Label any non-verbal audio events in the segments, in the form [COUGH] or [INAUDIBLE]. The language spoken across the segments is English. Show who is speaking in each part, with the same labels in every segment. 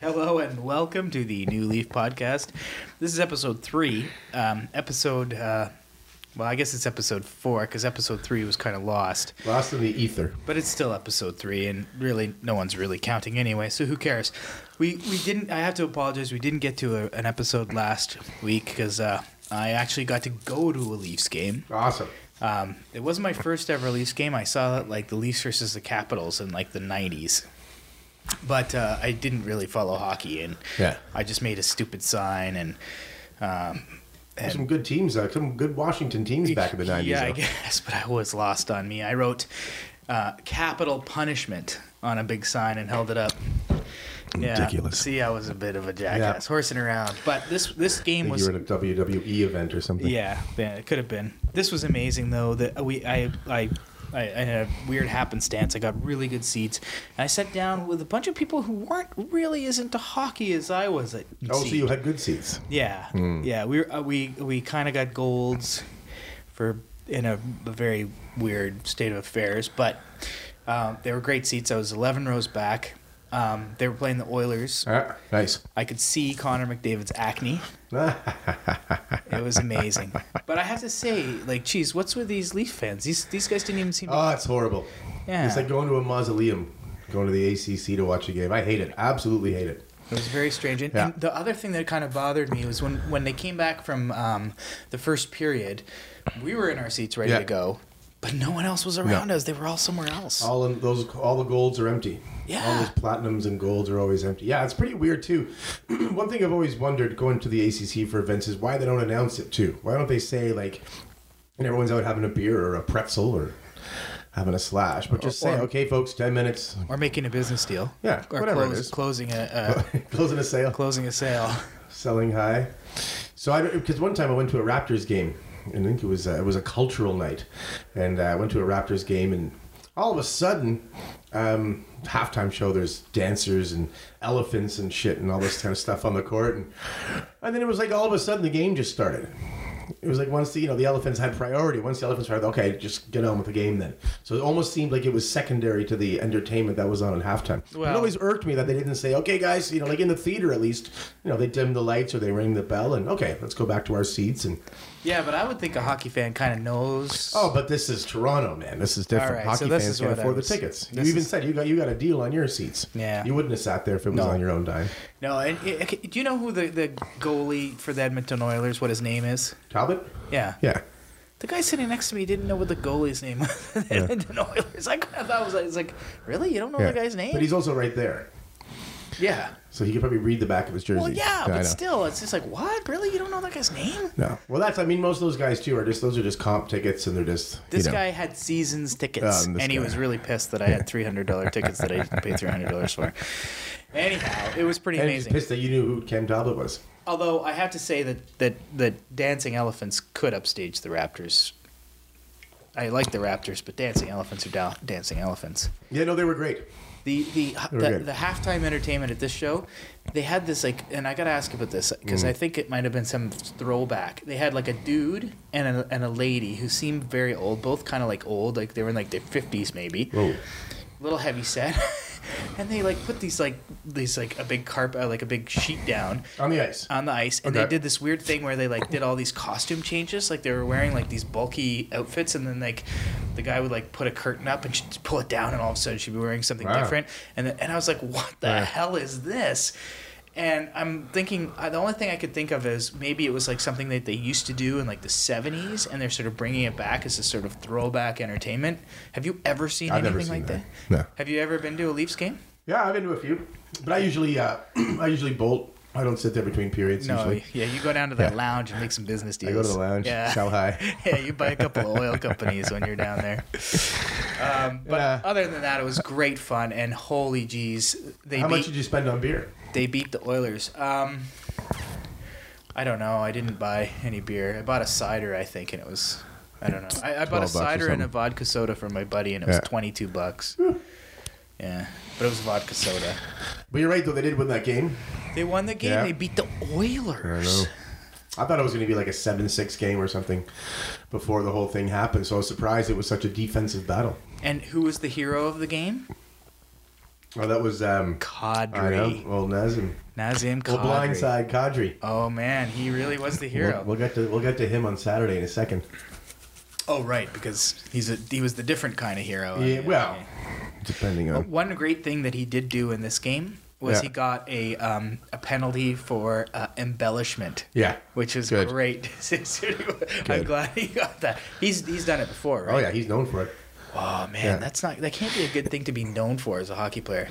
Speaker 1: Hello and welcome to the New Leaf Podcast. This is episode three. Um, episode, uh, well, I guess it's episode four because episode three was kind of lost,
Speaker 2: Lost in the ether.
Speaker 1: but it's still episode three, and really, no one's really counting anyway. So who cares? We we didn't. I have to apologize. We didn't get to a, an episode last week because uh, I actually got to go to a Leafs game.
Speaker 2: Awesome.
Speaker 1: Um, it wasn't my first ever Leafs game. I saw like the Leafs versus the Capitals in like the '90s, but uh, I didn't really follow hockey, and
Speaker 2: Yeah.
Speaker 1: I just made a stupid sign and. Um,
Speaker 2: There's some good teams, uh, some good Washington teams back in the 90s.
Speaker 1: yeah, I
Speaker 2: though.
Speaker 1: guess, [LAUGHS] but I was lost on me. I wrote uh, "capital punishment" on a big sign and held it up. Yeah.
Speaker 3: Ridiculous.
Speaker 1: See, I was a bit of a jackass, horsing around. But this this game
Speaker 2: I think
Speaker 1: was
Speaker 2: you were at a WWE event or something.
Speaker 1: Yeah, yeah, it could have been. This was amazing though. That we, I, I, I, I had a weird happenstance. I got really good seats, and I sat down with a bunch of people who weren't really as into hockey as I was. At
Speaker 2: Oh, so you had Hmm. good seats.
Speaker 1: yeah, yeah. We were, uh, we we kind of got golds for in a, a very weird state of affairs, but um, they were great seats. I was eleven rows back. Um, they were playing the Oilers.
Speaker 2: Ah, [LAUGHS] nice.
Speaker 1: I could see Connor McDavid's acne.
Speaker 2: Oh,
Speaker 1: It was
Speaker 2: [LAUGHS]
Speaker 1: amazing. But I have to say, like, geez, what's with these Leaf fans? These these guys didn't even seem.
Speaker 2: Oh, it's horrible.
Speaker 1: Yeah.
Speaker 2: It's like going to a mausoleum, going to the ACC to watch a game. I hate it. Absolutely hate it.
Speaker 1: It was very strange. And,
Speaker 2: Yeah.
Speaker 1: and the other thing that kind of bothered me was when when they came back from um, the first period, we were in our seats ready
Speaker 2: Yeah.
Speaker 1: to go, but no one else was around us. They were all somewhere else.
Speaker 2: All in those, all the golds are empty. All
Speaker 1: Yeah.
Speaker 2: those platinums and golds are always empty. Yeah, it's pretty weird too. [CLEARS THROAT] One thing I've always wondered going to the ACC for events is why they don't announce it too. Why don't they say like, and everyone's out having a beer or a pretzel or having a slash, but just say,
Speaker 1: Or-
Speaker 2: okay, folks, ten minutes. [LAUGHS]
Speaker 1: Or making a business deal.
Speaker 2: Yeah,
Speaker 1: Or
Speaker 2: whatever it
Speaker 1: close-
Speaker 2: is.
Speaker 1: closing a.
Speaker 2: [LAUGHS]
Speaker 1: a
Speaker 2: Closing a sale.
Speaker 1: Closing a sale.
Speaker 2: selling high. So I because one time I went to a Raptors game, and I think it was uh, it was a cultural night, and uh, I went to a Raptors game, and all of a sudden, um, halftime show there's dancers and elephants and shit and all this kind of stuff on the court, and and then it was like all of a sudden the game just started. It was like once the you know the elephants had priority. Once the elephants started, okay, just get on with the game then. So it almost seemed like it was secondary to the entertainment that was on at halftime.
Speaker 1: Well-
Speaker 2: it always irked me that they didn't say, okay, guys, you know, like in the theater at least, you know, they dimmed the lights or they rang the bell and okay, let's go back to our seats and
Speaker 1: Yeah, but I would think a hockey fan kind of knows.
Speaker 2: oh, but this is Toronto, man. This is different.
Speaker 1: All right, so
Speaker 2: Hockey
Speaker 1: this
Speaker 2: fans
Speaker 1: is
Speaker 2: can't
Speaker 1: what I
Speaker 2: afford
Speaker 1: was-
Speaker 2: the tickets. You
Speaker 1: this
Speaker 2: even
Speaker 1: is-
Speaker 2: said you got you got a deal on your seats.
Speaker 1: Yeah.
Speaker 2: you wouldn't have sat there if it was
Speaker 1: No.
Speaker 2: on your own dime.
Speaker 1: No, and it, it- do you know who the, the goalie for the Edmonton Oilers? What his name is?
Speaker 2: Talbot,
Speaker 1: Yeah.
Speaker 2: yeah,
Speaker 1: The guy sitting next to me didn't know what the goalie's name was. [LAUGHS] the Edmonton Oilers. I kind of thought I was like, I was like, really? You don't know
Speaker 2: yeah.
Speaker 1: the Oh, guy's name?
Speaker 2: But he's also right there,
Speaker 1: yeah.
Speaker 2: so he could probably read the back of his jersey.
Speaker 1: Well, yeah,
Speaker 2: I know.
Speaker 1: but still, it's just like, what? Really? You don't know that guy's name?
Speaker 2: No. Well, that's. I mean, most of those guys too are just. Those are just comp tickets, and they're just.
Speaker 1: This
Speaker 2: you know.
Speaker 1: guy had seasons tickets,
Speaker 2: Um,
Speaker 1: and
Speaker 2: this
Speaker 1: he
Speaker 2: guy.
Speaker 1: was really pissed that I had three hundred dollar tickets that I paid three hundred dollars for. Anyhow, it was pretty
Speaker 2: And he's
Speaker 1: amazing.
Speaker 2: pissed that you knew who Cam Talbot was.
Speaker 1: Although I have to say that that that dancing elephants could upstage the Raptors. I like the Raptors, but dancing elephants are da- dancing elephants.
Speaker 2: Yeah, no, they were great.
Speaker 1: The the
Speaker 2: were
Speaker 1: the,
Speaker 2: good.
Speaker 1: the halftime entertainment at this show, they had this like, and I gotta ask about this because I think it might have been some throwback. They had like a dude and a, and a lady who seemed very old, both kind of like old, like they were in like their fifties maybe,
Speaker 2: Whoa.
Speaker 1: little heavy set, [LAUGHS] and they like put these like these like a big carpet, uh, like a big sheet down,
Speaker 2: On the ice.
Speaker 1: on the ice and they
Speaker 2: Okay.
Speaker 1: did this weird thing where they like did all these costume changes like they were wearing like these bulky outfits and then like the guy would like put a curtain up and she'd pull it down and all of a sudden she'd be wearing something
Speaker 2: Wow.
Speaker 1: different and then, and I was like what the
Speaker 2: Yeah.
Speaker 1: hell is this and I'm thinking uh, the only thing I could think of is maybe it was like something that they used to do in like the 70s and they're sort of bringing it back as a sort of throwback entertainment have you ever seen
Speaker 2: I've
Speaker 1: anything
Speaker 2: never seen
Speaker 1: like that,
Speaker 2: that. No.
Speaker 1: have you ever been to a Leafs game
Speaker 2: Yeah, I've been to a few, but I usually, uh, [CLEARS THROAT] I usually bolt. I don't sit there between periods.
Speaker 1: no
Speaker 2: usually.
Speaker 1: yeah you go down to the
Speaker 2: Yeah.
Speaker 1: lounge and make some business deals
Speaker 2: I go to the lounge.
Speaker 1: yeah [LAUGHS]
Speaker 2: Sell high.
Speaker 1: yeah, you buy a couple of oil companies when you're down there. Um, but
Speaker 2: Yeah.
Speaker 1: other than that, it was great fun and holy geez, they
Speaker 2: How
Speaker 1: beat
Speaker 2: much did you spend on beer?
Speaker 1: they beat the Oilers. Um, I don't know. I didn't buy any beer. I bought a cider, I think, and it was I don't know. I, I bought a
Speaker 2: 12 bucks or
Speaker 1: cider and a
Speaker 2: something.
Speaker 1: vodka soda for my buddy, and it was
Speaker 2: Yeah.
Speaker 1: twenty two bucks. Yeah, but it was vodka soda.
Speaker 2: But you're right though; they did win that game.
Speaker 1: They won the game.
Speaker 2: Yeah.
Speaker 1: They beat the Oilers.
Speaker 2: I thought it was going to be like a seven-six game or something before the whole thing happened. So I was surprised it was such a defensive battle.
Speaker 1: And who was the hero of the game?
Speaker 2: Oh, that was um, I know.
Speaker 1: Cadre.
Speaker 2: Well, Nazim.
Speaker 1: Nazim
Speaker 2: Well,
Speaker 1: Cadre.
Speaker 2: blindside Kadri.
Speaker 1: Oh man, he really was the hero.
Speaker 2: We'll, we'll get to we'll get to him on Saturday in a second.
Speaker 1: Oh right, because he's a, he was the different kind of hero.
Speaker 2: Yeah, well, oh, depending on
Speaker 1: One great thing that he did do in this game was
Speaker 2: Yeah.
Speaker 1: he got a um, a penalty for uh, embellishment.
Speaker 2: yeah.
Speaker 1: Which is
Speaker 2: Good.
Speaker 1: great. [LAUGHS] I'm
Speaker 2: Good.
Speaker 1: glad he got that. He's he's done it before, right?
Speaker 2: Oh yeah, he's known for it.
Speaker 1: Oh man,
Speaker 2: Yeah.
Speaker 1: that's not that can't be a good thing to be known for as a hockey player.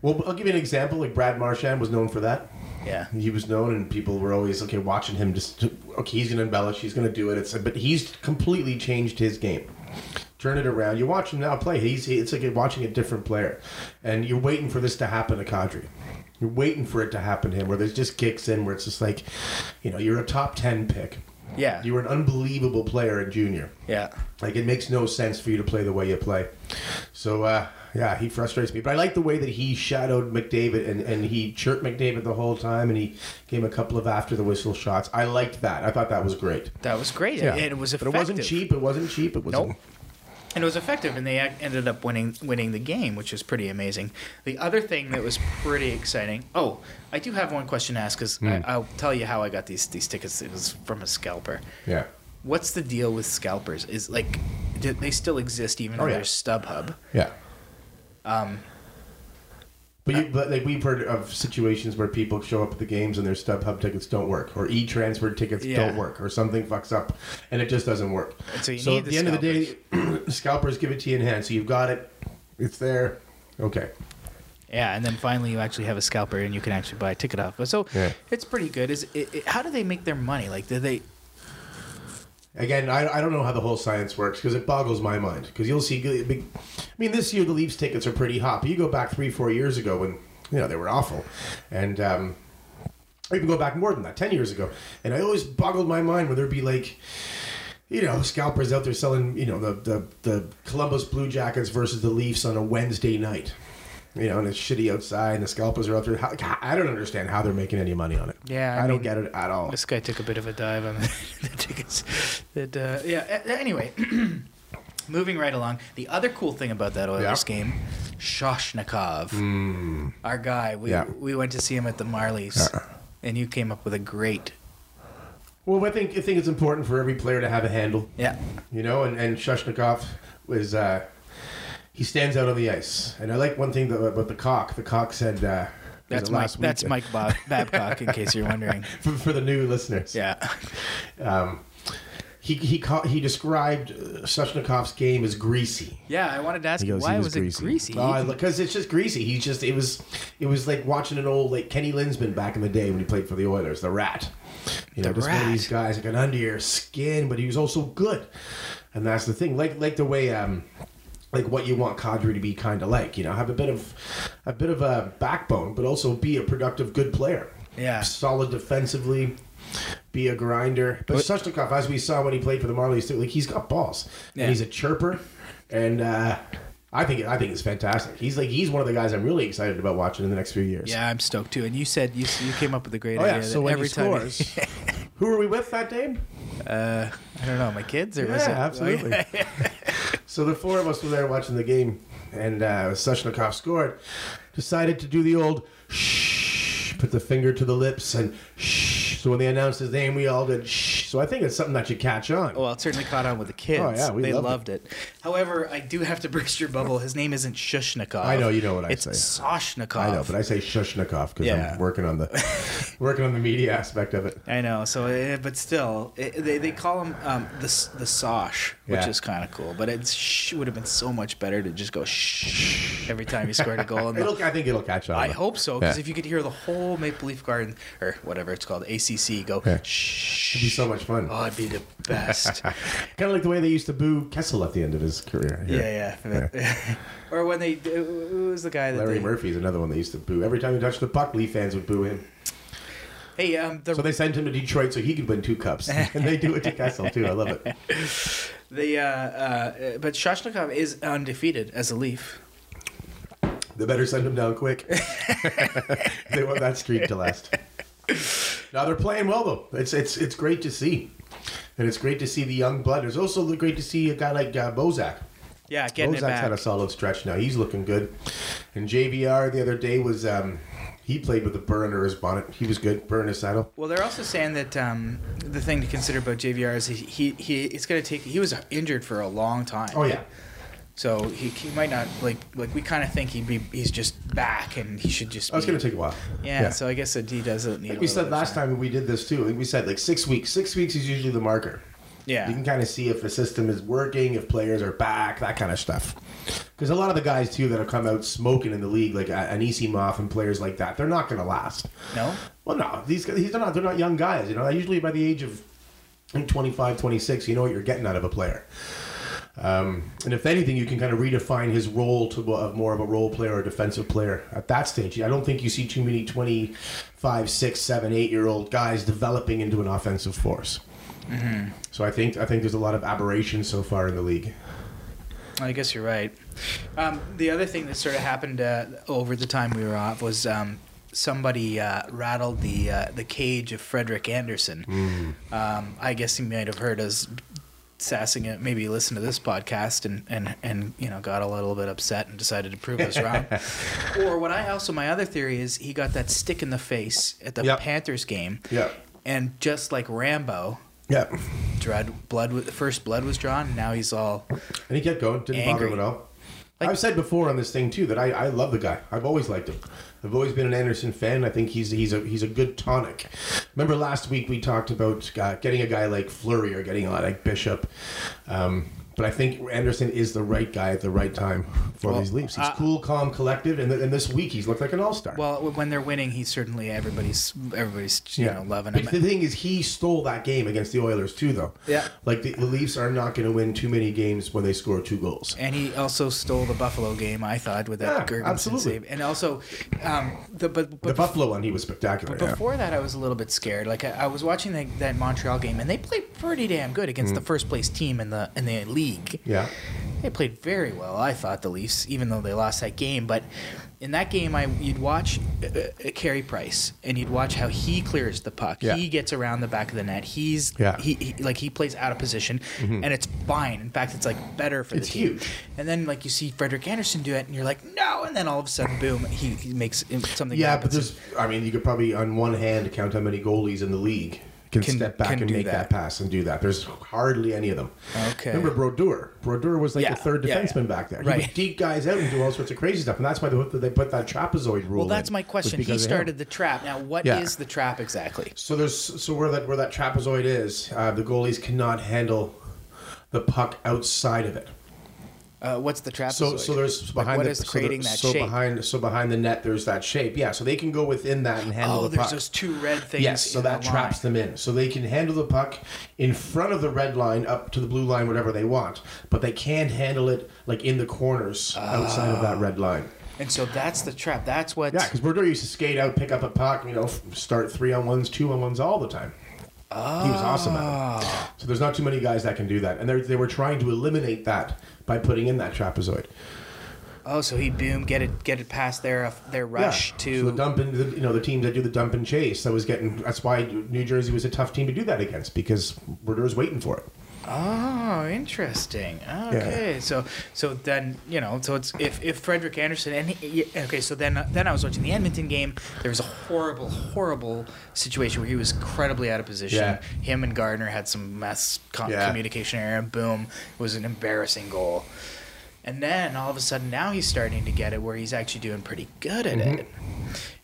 Speaker 2: Well, I'll give you an example. Like Brad Marchand was known for that.
Speaker 1: Yeah.
Speaker 2: He was known, and people were always okay watching him. Just to- okay, he's gonna embellish. He's gonna do it. It's but he's completely changed his game. Turn it around. You watch him now play. He's it's like you're watching a different player, and you're waiting for this to happen to Kadri. You're waiting for it to happen to him, where there's just kicks in, where it's just like, you know, you're a top ten pick.
Speaker 1: Yeah.
Speaker 2: You were an unbelievable player in junior.
Speaker 1: yeah.
Speaker 2: Like it makes no sense for you to play the way you play. So uh, yeah, he frustrates me. But I like the way that he shadowed McDavid and, and he chirped McDavid the whole time and he gave him a couple of after the whistle shots. I liked that. I thought that was great.
Speaker 1: That was great.
Speaker 2: Yeah.
Speaker 1: And it was
Speaker 2: but it
Speaker 1: effective.
Speaker 2: wasn't cheap. It wasn't cheap. It was
Speaker 1: Nope. and it was effective, and they ac- ended up winning winning the game, which is pretty amazing. The other thing that was pretty exciting. Oh, I do have one question to ask because
Speaker 2: Hmm.
Speaker 1: I'll tell you how I got these these tickets. It was from a scalper.
Speaker 2: Yeah.
Speaker 1: What's the deal with scalpers? Is like, do they still exist even
Speaker 2: Oh,
Speaker 1: though
Speaker 2: yeah.
Speaker 1: there's StubHub?
Speaker 2: Yeah. Um. But, you, but like we've heard of situations where people show up at the games and their StubHub tickets don't work, or e-transfer tickets
Speaker 1: Yeah.
Speaker 2: don't work, or something fucks up, and it just doesn't work.
Speaker 1: And so you
Speaker 2: so
Speaker 1: need
Speaker 2: at
Speaker 1: the
Speaker 2: the, end of the day, [CLEARS THROAT] scalpers give it to you in hand. So you've got it, it's there. Okay.
Speaker 1: Yeah, and then finally you actually have a scalper and you can actually buy a ticket off. of it. So
Speaker 2: Yeah.
Speaker 1: it's pretty good. Is it, it, how do they make their money? Like, do they?
Speaker 2: Again, I, I don't know how the whole science works because it boggles my mind. Because you'll see, g- big, I mean, this year the Leafs tickets are pretty hot. But you go back three, four years ago when you know they were awful, and um, or even go back more than that, ten years ago. And I always boggled my mind when there'd be like, you know, scalpers out there selling, you know, the the, the Columbus Blue Jackets versus the Leafs on a Wednesday night. You know, and it's shitty outside, and the scalpers are out there. How, I don't understand how they're making any money on it.
Speaker 1: Yeah,
Speaker 2: I,
Speaker 1: I
Speaker 2: don't
Speaker 1: mean-
Speaker 2: get it at all.
Speaker 1: This guy took a bit of a dive on the, [LAUGHS] the tickets. That uh, yeah. a- Anyway, [CLEARS THROAT] moving right along. The other cool thing about that Oilers
Speaker 2: Yeah. Hmm.
Speaker 1: game, Shoshnikov, our guy. We
Speaker 2: Yeah.
Speaker 1: we went to see him at the Marlies, and you came up with a great
Speaker 2: Well, I think I think it's important for every player to have a handle.
Speaker 1: yeah.
Speaker 2: you know, and, and Shushnikov was uh, he stands out on the ice, and I like one thing that, about the cock. The cock said uh, was
Speaker 1: That's
Speaker 2: it
Speaker 1: Mike.
Speaker 2: last week?
Speaker 1: That's Mike
Speaker 2: [LAUGHS]
Speaker 1: Bob, Babcock. in case you're wondering.
Speaker 2: for, for the new listeners.
Speaker 1: Yeah.
Speaker 2: Um, he he ca- he described uh, Shushnikov's game as greasy.
Speaker 1: Yeah, I wanted to ask you why was, it greasy?
Speaker 2: Oh, because it's just greasy. He's just it was it was like watching an old like Kenny Linsman back in the day when he played for the Oilers, the Rat. You know,
Speaker 1: The
Speaker 2: just one
Speaker 1: Rat.
Speaker 2: of these guys that got under your skin, but he was also good, and that's the thing. Like like the way um. Like what you want Kadri to be kind of like, you know, have a bit of, a bit of a backbone, but also be a productive, good player.
Speaker 1: Yeah.
Speaker 2: solid defensively, be a grinder. But, Suchnikov, as we saw when he played for the Marlies, too, like he's got balls.
Speaker 1: Yeah.
Speaker 2: And he's a chirper, and uh, I think I think it's fantastic. He's like he's one of the guys I'm really excited about watching in the next few years.
Speaker 1: yeah, I'm stoked too. And you said you you came up with a great
Speaker 2: Oh
Speaker 1: idea.
Speaker 2: yeah.
Speaker 1: that
Speaker 2: So when
Speaker 1: every
Speaker 2: he
Speaker 1: time
Speaker 2: scores, [LAUGHS] who were we with that day?
Speaker 1: uh, [LAUGHS] I don't know, my kids or
Speaker 2: Yeah,
Speaker 1: was it? [LAUGHS]
Speaker 2: absolutely. [LAUGHS] so the four of us were there watching the game, and uh, Suchnikov scored. Decided to do the old shh, put the finger to the lips, and shh. So when they announced his name, we all did shh. So I think it's something that should catch on.
Speaker 1: Well, it certainly caught on with the kids.
Speaker 2: Oh, yeah, we
Speaker 1: they
Speaker 2: loved
Speaker 1: loved it. However, I do have to burst your bubble. His name isn't Shushnikov.
Speaker 2: I know, you know what I
Speaker 1: it's
Speaker 2: say.
Speaker 1: Soshnikov.
Speaker 2: I know, but I say Shushnikov because
Speaker 1: Yeah.
Speaker 2: I'm working on the working on the media aspect of it.
Speaker 1: I know. So, eh, but still, eh, they, they call him um, the s- the Sosh, which
Speaker 2: Yeah.
Speaker 1: is kind of cool. But it sh- would have been so much better to just go shh every time he scored a
Speaker 2: [LAUGHS]
Speaker 1: goal. And the-
Speaker 2: It'll, I think it'll catch on.
Speaker 1: I hope so, because
Speaker 2: Yeah.
Speaker 1: if you could hear the whole Maple Leaf Garden or whatever it's called, ACC, go
Speaker 2: Yeah.
Speaker 1: shh,
Speaker 2: it'd be so much fun.
Speaker 1: oh, it'd be the best.
Speaker 2: [LAUGHS] Kind of like the way they used to boo Kessel at the end of his career. here.
Speaker 1: yeah, yeah. [LAUGHS] or when they who was the guy that
Speaker 2: Larry
Speaker 1: they,
Speaker 2: Murphy's another one they used to boo. Every time he touched the puck, Lee fans would boo him.
Speaker 1: Hey, um, the
Speaker 2: So they sent him to Detroit so he could win
Speaker 1: [LAUGHS]
Speaker 2: two cups. and they do it to Kessel too. I love it.
Speaker 1: The uh, uh, but Shashnikov is undefeated as a Leaf.
Speaker 2: They better send him down
Speaker 1: [LAUGHS]
Speaker 2: quick. they want that streak to last. Now they're playing well though. It's it's it's great to see, and it's great to see the young blood. It's also great to see a guy like uh, Bozak.
Speaker 1: Yeah, getting
Speaker 2: Bozak's
Speaker 1: it back.
Speaker 2: had a solid stretch now. He's looking good, And JVR the other day was um, he played with a burr under his bonnet. He was good, burr in his saddle.
Speaker 1: Well, they're also saying that um, the thing to consider about JVR is he he, he it's going to take. He was injured for a long time.
Speaker 2: Oh yeah,
Speaker 1: So he, he might not like like we kind of think he'd be he's just back and he should just.
Speaker 2: oh, it's
Speaker 1: be-
Speaker 2: gonna take a while.
Speaker 1: Yeah, So I guess that he doesn't need.
Speaker 2: I think
Speaker 1: a
Speaker 2: we
Speaker 1: little
Speaker 2: said
Speaker 1: bit
Speaker 2: last
Speaker 1: of
Speaker 2: time we did this too. I think we said like six weeks. Six weeks is usually the marker.
Speaker 1: Yeah.
Speaker 2: You can kind of see if the system is working, if players are back, that kind of stuff. Because a lot of the guys too that have come out smoking in the league, like uh, Anisimov and players like that, they're not going to last.
Speaker 1: No.
Speaker 2: Well, no, these guys, these are not they're not young guys. You know, usually by the age of I think, 25, 26, you know what you're getting out of a player. Um, and if anything, you can kind of redefine his role to a- of more of a role player or defensive player at that stage. I don't think you see too many 25, 6, 7, 8 year old guys developing into an offensive force. So I think I think there's a lot of aberration so far in the league.
Speaker 1: I guess you're right. Um, the other thing that sort of happened uh, over the time we were off was um, somebody uh, rattled the uh, the cage of Frederick Anderson.
Speaker 2: Mm.
Speaker 1: Um, I guess he might have heard us sassing it. Maybe listened to this podcast and, and and you know got a little bit upset and decided to prove us
Speaker 2: [LAUGHS]
Speaker 1: wrong. Or what I also my other theory is he got that stick in the face at the
Speaker 2: Yep.
Speaker 1: Panthers game.
Speaker 2: Yep.
Speaker 1: And just like Rambo,
Speaker 2: Yeah,
Speaker 1: dread blood wa- first blood was drawn. And now he's all
Speaker 2: and he kept going, didn't bother
Speaker 1: Angry.
Speaker 2: him at all.
Speaker 1: Like-
Speaker 2: I've said before on this thing too that I, I love the guy. I've always liked him. I've always been an Anderson fan. I think he's he's a he's a good tonic. Remember last week we talked about uh, getting a guy like Flurry or getting a guy like Bishop, um, but I think Anderson is the right guy at the right time for
Speaker 1: Well,
Speaker 2: these Leafs. He's
Speaker 1: I-
Speaker 2: cool, calm, collected, and, th- and this week he's looked like an all star.
Speaker 1: Well, w- when they're winning, he's certainly everybody's everybody's you know loving
Speaker 2: But
Speaker 1: him.
Speaker 2: the thing is, he stole that game against the Oilers too, though.
Speaker 1: Yeah.
Speaker 2: Like the, the Leafs are not going to win too many games when they score two goals.
Speaker 1: And he also stole the Buffalo game, I thought, with that
Speaker 2: Yeah,
Speaker 1: Gergensen
Speaker 2: absolutely.
Speaker 1: save. And also, um, the but,
Speaker 2: the
Speaker 1: but
Speaker 2: Buffalo one, he was spectacular. yeah.
Speaker 1: before that, I was a little bit scared. Like I, I was watching the, that Montreal game, and they played pretty damn good against
Speaker 2: Mm.
Speaker 1: the first place team in the in the league.
Speaker 2: Yeah.
Speaker 1: They played very well, I thought the Leafs, even though they lost that game. But in that game, I you'd watch uh, uh, Carey Price, and you'd watch how he clears the puck.
Speaker 2: Yeah.
Speaker 1: He gets around the back of the net. He's
Speaker 2: Yeah. Mm-hmm.
Speaker 1: he, he like he plays out of position, and it's fine. In fact, it's like better for
Speaker 2: It's
Speaker 1: the team.
Speaker 2: huge.
Speaker 1: And then like you see Frederick Anderson do it, and you're like, no. And then all of a sudden, boom, he, he makes something.
Speaker 2: Yeah, but
Speaker 1: happens.
Speaker 2: there's, I mean, you could probably on one hand count how many goalies in the league can,
Speaker 1: Can-
Speaker 2: step back
Speaker 1: can
Speaker 2: and
Speaker 1: do
Speaker 2: make that.
Speaker 1: that.
Speaker 2: pass and do that. There's hardly any of them.
Speaker 1: Okay.
Speaker 2: Remember Brodeur? Brodeur was like
Speaker 1: Yeah,
Speaker 2: the third
Speaker 1: yeah, yeah.
Speaker 2: defenseman back there. He
Speaker 1: Right.
Speaker 2: would deke guys out and do all sorts of crazy stuff, and that's why they they put that trapezoid rule.
Speaker 1: well, that's
Speaker 2: in,
Speaker 1: my
Speaker 2: was
Speaker 1: question. He
Speaker 2: because of him.
Speaker 1: started the trap. Now, what is
Speaker 2: Yeah.
Speaker 1: the trap exactly?
Speaker 2: So there's so where that where that trapezoid is, uh, the goalies cannot handle the puck outside of it.
Speaker 1: Uh, what's the trap?
Speaker 2: So so there's behind
Speaker 1: what
Speaker 2: the,
Speaker 1: is
Speaker 2: so there-
Speaker 1: creating that
Speaker 2: so
Speaker 1: shape?
Speaker 2: behind so behind the net there's that shape. Yeah, so they can go within that and handle
Speaker 1: Oh,
Speaker 2: the
Speaker 1: there's
Speaker 2: puck.
Speaker 1: those two red things.
Speaker 2: Yes, so
Speaker 1: in
Speaker 2: that
Speaker 1: the
Speaker 2: traps
Speaker 1: line.
Speaker 2: them in. So they can handle the puck in front of the red line up to the blue line, whatever they want, but they can't handle it like in the corners outside of that red line.
Speaker 1: And so that's the trap. That's what.
Speaker 2: Yeah, because Brodeur used to skate out, pick up a puck, you know, f- start three on ones, two on ones all the time. He was awesome at it.
Speaker 1: Ah.
Speaker 2: So there's not too many guys that can do that, and they they were trying to eliminate that by putting in that trapezoid.
Speaker 1: Oh, so he boom get it get it past their uh, their rush
Speaker 2: yeah.
Speaker 1: to.
Speaker 2: so the dump and the, you know the teams that do the dump and chase. That was getting. That's why New Jersey was a tough team to do that against because Brodeur's waiting for it.
Speaker 1: oh, interesting. Okay, so so then you know so it's if if Frederick Anderson and he, yeah, okay so then then I was watching the Edmonton game. There was a horrible horrible situation where he was incredibly out of position.
Speaker 2: Yeah.
Speaker 1: Him and Gardner had some mess com-
Speaker 2: Yeah.
Speaker 1: communication error. And boom, it was an embarrassing goal. And then all of a sudden now he's starting to get it where he's actually doing pretty good at it.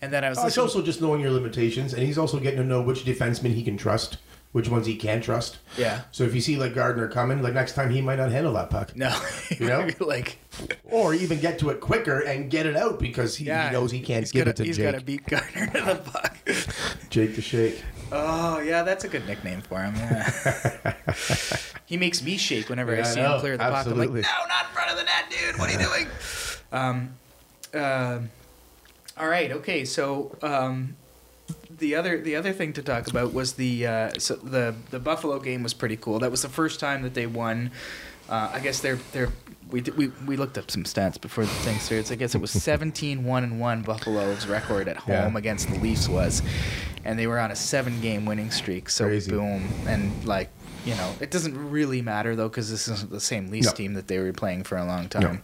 Speaker 1: And then I was
Speaker 2: Mm-hmm. Oh, it's
Speaker 1: listening-
Speaker 2: also just knowing your limitations, and he's also getting to know which defensemen he can trust, which ones he can't trust.
Speaker 1: Yeah.
Speaker 2: So if you see like Gardner coming, like next time he might not handle that puck,
Speaker 1: no,
Speaker 2: You know?
Speaker 1: [LAUGHS] like
Speaker 2: or even get to it quicker and get it out because he, he knows he can't
Speaker 1: he's
Speaker 2: give
Speaker 1: gotta,
Speaker 2: it to
Speaker 1: He's
Speaker 2: Jake.
Speaker 1: got to beat Gardner to the puck.
Speaker 2: Jake the Shake.
Speaker 1: oh yeah, that's a good nickname for him.
Speaker 2: [LAUGHS]
Speaker 1: yeah. he makes me shake whenever I
Speaker 2: Yeah, I
Speaker 1: see
Speaker 2: know,
Speaker 1: him clear the
Speaker 2: absolutely.
Speaker 1: puck. I'm like, no, not in front of the net, dude. What are you
Speaker 2: [LAUGHS]
Speaker 1: doing? Um, um, all right, okay. So um, the other the other thing to talk about was the uh, so the the Buffalo game was pretty cool. That was the first time that they won. Uh, I guess they're they're. We, did- we, we looked up some stats before the thing started. I guess
Speaker 2: [LAUGHS]
Speaker 1: it was 17 1 and 1 Buffalo's record at
Speaker 2: Yeah.
Speaker 1: home against the Leafs was. And they were on a seven game winning streak. So
Speaker 2: Crazy.
Speaker 1: boom. And like, you know, it doesn't really matter though because this isn't the same Leafs
Speaker 2: No.
Speaker 1: team that they were playing for a long time.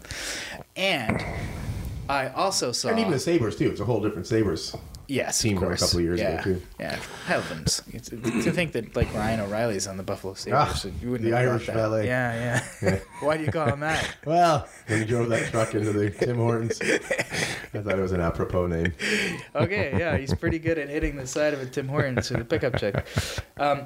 Speaker 1: And I also saw.
Speaker 2: and even the Sabers too. It's a whole different Sabers.
Speaker 1: yes,
Speaker 2: team
Speaker 1: of
Speaker 2: from a
Speaker 1: course.
Speaker 2: couple of years ago,
Speaker 1: yeah.
Speaker 2: too.
Speaker 1: Yeah, heavens! It's- to think that like Ryan O'Reilly's on the Buffalo Sabres,
Speaker 2: Ah,
Speaker 1: so you wouldn't
Speaker 2: the
Speaker 1: have thought
Speaker 2: Irish
Speaker 1: that.
Speaker 2: valet.
Speaker 1: Yeah, yeah. [LAUGHS] Why do you call him that?
Speaker 2: Well, when he drove that truck into the
Speaker 1: [LAUGHS]
Speaker 2: Tim Hortons, I thought it was an apropos name.
Speaker 1: okay, yeah, he's pretty good at hitting the side of a Tim Hortons with a pickup check. Um,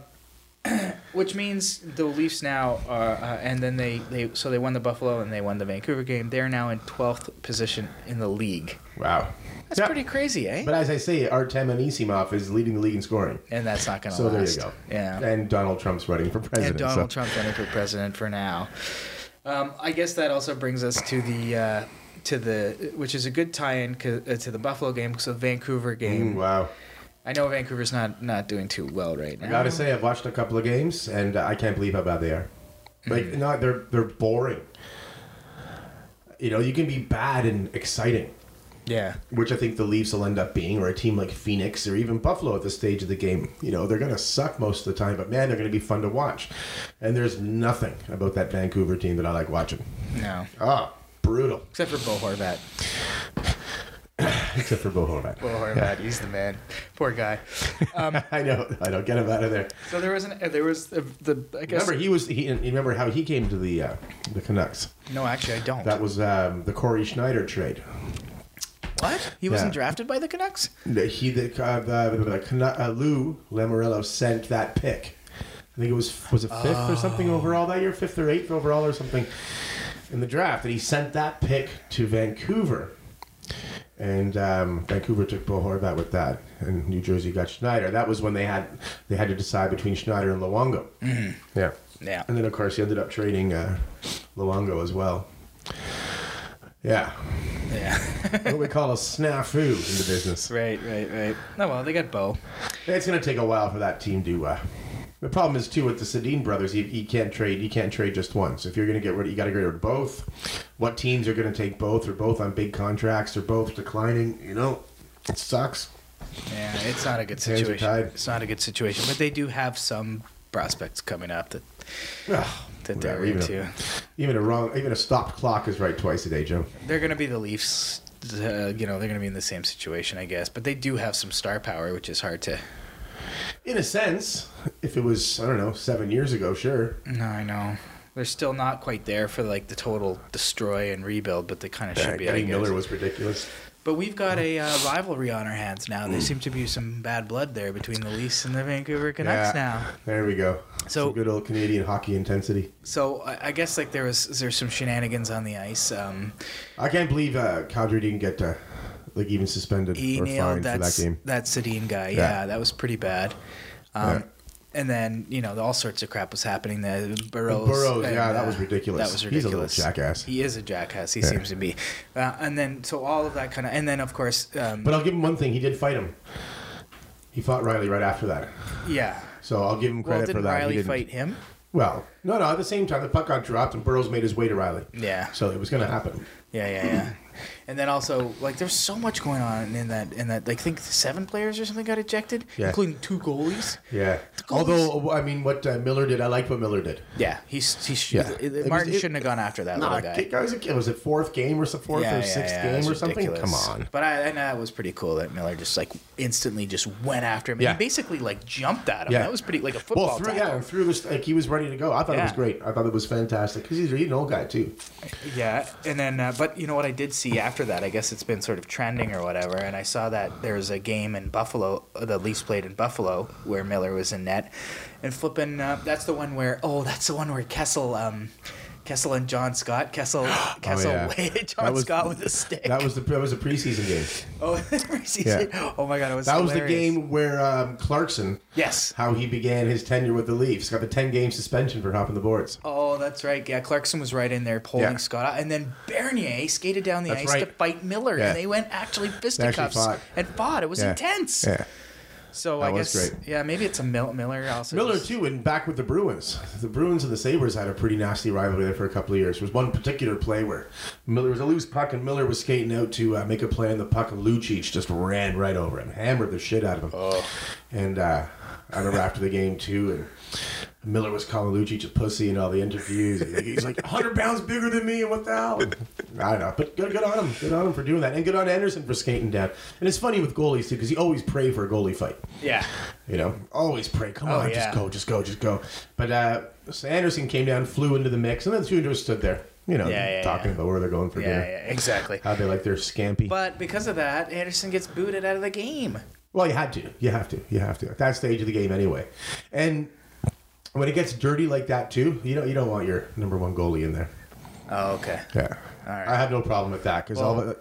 Speaker 1: [CLEARS THROAT] which means the Leafs now are, uh, and then they, they so they won the Buffalo and they won the Vancouver game. They're now in twelfth position in the league.
Speaker 2: Wow.
Speaker 1: That's
Speaker 2: Yeah.
Speaker 1: pretty crazy, eh?
Speaker 2: But as I say, Artem Anisimov is leading the league in scoring.
Speaker 1: and that's not going to
Speaker 2: So there
Speaker 1: last.
Speaker 2: you go.
Speaker 1: Yeah.
Speaker 2: And Donald Trump's running for
Speaker 1: and
Speaker 2: president.
Speaker 1: Donald
Speaker 2: so-
Speaker 1: Trump's running for president for now. Um, I guess that also brings us to the uh, to the which is a good tie-in 'cause- uh, to the Buffalo game, so Vancouver game.
Speaker 2: Mm, Wow.
Speaker 1: I know Vancouver's not not doing too well right now.
Speaker 2: I gotta say, I've watched a couple of games, and I can't believe how bad they are. Like, no, they're they're boring. You know, you can be bad and exciting,
Speaker 1: yeah.
Speaker 2: which I think the Leafs will end up being, or a team like Phoenix or even Buffalo at this stage of the game. You know, they're gonna suck most of the time, but man, they're gonna be fun to watch. And there's nothing about that Vancouver team that I like watching.
Speaker 1: No.
Speaker 2: Ah, brutal.
Speaker 1: Except for Bo Horvat.
Speaker 2: [LAUGHS] Except for Bo Horvat.
Speaker 1: Bo Horvat, he's the man. Poor guy.
Speaker 2: [LAUGHS] I know, I know. Get him out of there.
Speaker 1: So there was an uh, there was the, the I guess
Speaker 2: Remember, he was. He, you remember how he came to the uh, the Canucks.
Speaker 1: no, actually I don't.
Speaker 2: That was um, the Corey Schneider trade.
Speaker 1: what? He wasn't
Speaker 2: Yeah.
Speaker 1: drafted by the Canucks?
Speaker 2: The- He the, uh, the, the, Canu- uh, Lou Lamorello sent that pick. I think it was was it fifth or something overall that year, fifth or eighth overall or something in the draft, and he sent that pick to Vancouver. And um, Vancouver took Bo Horvat with that, and New Jersey got Schneider. That was when they had they had to decide between Schneider and Luongo. Yeah,
Speaker 1: Yeah.
Speaker 2: and then of course he ended up trading uh, Luongo as well. Yeah,
Speaker 1: Yeah. [LAUGHS]
Speaker 2: what we call a snafu in the business.
Speaker 1: right, right, right. Oh well, they got Bo.
Speaker 2: It's going to take a while for that team to. Uh, the problem is too with the Sedin brothers. You, you can't trade. You can't trade just one. So if you're going to get rid, of, you got to get rid of both. What teams are going to take both? Or both on big contracts? Or both declining? You know, it sucks.
Speaker 1: Yeah, it's not a good
Speaker 2: hands are
Speaker 1: situation.
Speaker 2: tied.
Speaker 1: It's not a good situation, but they do have some prospects coming up that
Speaker 2: Ugh,
Speaker 1: that
Speaker 2: whatever,
Speaker 1: they're
Speaker 2: even,
Speaker 1: into.
Speaker 2: a, even a wrong, even a stopped clock is right twice a day, Joe.
Speaker 1: They're going to be the Leafs. Uh, you know, they're going to be in the same situation, I guess. But they do have some star power, which is hard to.
Speaker 2: In a sense, if it was I don't know seven years ago, sure.
Speaker 1: No, I know. They're still not quite there for like the total destroy and rebuild, but they kind of should be. I
Speaker 2: Eddie
Speaker 1: guess.
Speaker 2: Miller was ridiculous.
Speaker 1: But we've got a uh, rivalry on our hands now.
Speaker 2: Hmm.
Speaker 1: There seem to be some bad blood there between the Leafs and the Vancouver Canucks now.
Speaker 2: There we go.
Speaker 1: So-
Speaker 2: Some good old Canadian hockey intensity.
Speaker 1: So I, I guess like there was there's some shenanigans on the ice. Um,
Speaker 2: I can't believe uh, Calgary didn't get uh, like even suspended
Speaker 1: he
Speaker 2: or
Speaker 1: nailed
Speaker 2: fined
Speaker 1: that
Speaker 2: for that
Speaker 1: s-
Speaker 2: game.
Speaker 1: that Sedin guy. Yeah.
Speaker 2: Yeah.
Speaker 1: that was pretty bad. Um,
Speaker 2: Yeah.
Speaker 1: And then you know all sorts of crap was happening. The Burrows,
Speaker 2: Burrows,
Speaker 1: and,
Speaker 2: yeah, that
Speaker 1: uh,
Speaker 2: was ridiculous.
Speaker 1: That was
Speaker 2: He's a little
Speaker 1: ridiculous.
Speaker 2: jackass.
Speaker 1: He is a jackass. He seems to be. Uh, and then so all of that kind of, and then of course, um,
Speaker 2: But I'll give him one thing: he did fight him. He fought Riley right after that,
Speaker 1: yeah.
Speaker 2: so I'll give him
Speaker 1: Well,
Speaker 2: credit for
Speaker 1: didn't
Speaker 2: that. He
Speaker 1: Riley
Speaker 2: didn't-
Speaker 1: fight him?
Speaker 2: Well, no, no. At the same time, the puck got dropped, and Burrows made his way to Riley.
Speaker 1: Yeah.
Speaker 2: So it was going to happen.
Speaker 1: Yeah, yeah,
Speaker 2: [CLEARS THROAT]
Speaker 1: yeah. And then also, like, there's so much going on in that, in that, like, I think seven players or something got ejected,
Speaker 2: Yeah.
Speaker 1: including two goalies.
Speaker 2: Yeah.
Speaker 1: goalies-
Speaker 2: Although I mean, what uh, Miller did, I liked what Miller did.
Speaker 1: Yeah, he's he sh-
Speaker 2: Yeah.
Speaker 1: it-
Speaker 2: It
Speaker 1: it-
Speaker 2: was-
Speaker 1: Martin
Speaker 2: it-
Speaker 1: shouldn't have gone after that
Speaker 2: Nah,
Speaker 1: little guy.
Speaker 2: kid, guys, was it fourth game or so- fourth or sixth
Speaker 1: it
Speaker 2: game
Speaker 1: was
Speaker 2: or something? Come
Speaker 1: ridiculous.
Speaker 2: on.
Speaker 1: But I, I know that was pretty cool that Miller just like instantly just went after him. Yeah.
Speaker 2: Yeah.
Speaker 1: He basically like jumped at him.
Speaker 2: Yeah.
Speaker 1: That was pretty like a football
Speaker 2: Well, through, yeah,
Speaker 1: tackle.
Speaker 2: and through this, like he was ready to go. I thought it was
Speaker 1: Yeah.
Speaker 2: great. I thought it was fantastic because he's an old guy too.
Speaker 1: Yeah. And then, uh, but you know what I did see after that? I guess it's been sort of trending or whatever. And I saw that there was a game in Buffalo, the Leafs played in Buffalo where Miller was in net, and flipping. Uh, that's the one where oh, that's the one where Kessel. Um, Kessel and John Scott. [GASPS] Kessel, Kessel,
Speaker 2: yeah.
Speaker 1: weighed John
Speaker 2: That was-
Speaker 1: Scott with a stick.
Speaker 2: That was the that was a preseason game.
Speaker 1: [LAUGHS] Oh, [LAUGHS] preseason. Oh my god, it was
Speaker 2: That was the
Speaker 1: hilarious.
Speaker 2: game where um, Clarkson,
Speaker 1: Yes.
Speaker 2: how he began his tenure with the Leafs, got the ten game suspension for hopping the boards.
Speaker 1: Oh, that's right. Yeah, Clarkson was right in there holding
Speaker 2: Yeah.
Speaker 1: Scott out, and then Bernier skated down the
Speaker 2: That's
Speaker 1: ice to
Speaker 2: right.
Speaker 1: fight Miller,
Speaker 2: Yeah.
Speaker 1: and they went actually fisticuffs
Speaker 2: fought.
Speaker 1: and fought. It was
Speaker 2: Yeah.
Speaker 1: intense. So I
Speaker 2: That was
Speaker 1: guess
Speaker 2: great.
Speaker 1: yeah, maybe it's a Mil- Miller also.
Speaker 2: Miller
Speaker 1: just-
Speaker 2: too, and back with the Bruins. The Bruins and the Sabers had a pretty nasty rivalry there for a couple of years. There was one particular play where Miller was a loose puck, and Miller was skating out to uh, make a play on the puck, and Lucic just ran right over him, hammered the shit out of him, and uh, I remember after the game too, and Miller was calling Lucic a pussy in all the interviews. And he's like 100 pounds bigger than me, and what the hell? I don't know, but good, good on him. Good on him for doing that, and good on Anderson for skating down. And it's funny with goalies too, because you always pray for a goalie fight.
Speaker 1: Yeah.
Speaker 2: You know, always pray. Come
Speaker 1: Oh,
Speaker 2: on,
Speaker 1: yeah.
Speaker 2: just go, just go, just go. But uh, so Anderson came down, flew into the mix, and then the two just stood there. You know,
Speaker 1: Yeah, yeah,
Speaker 2: talking
Speaker 1: yeah.
Speaker 2: about where they're going for
Speaker 1: Yeah,
Speaker 2: dinner,
Speaker 1: yeah, exactly.
Speaker 2: how they like their scampi.
Speaker 1: But because of that, Anderson gets booted out of the game.
Speaker 2: Well, you had to. You have to. You have to. At that stage of the game, anyway. And when it gets dirty like that, too, you don't you don't want your number one goalie in there.
Speaker 1: Oh, okay.
Speaker 2: Yeah.
Speaker 1: All right.
Speaker 2: I have no problem with that because all, of a-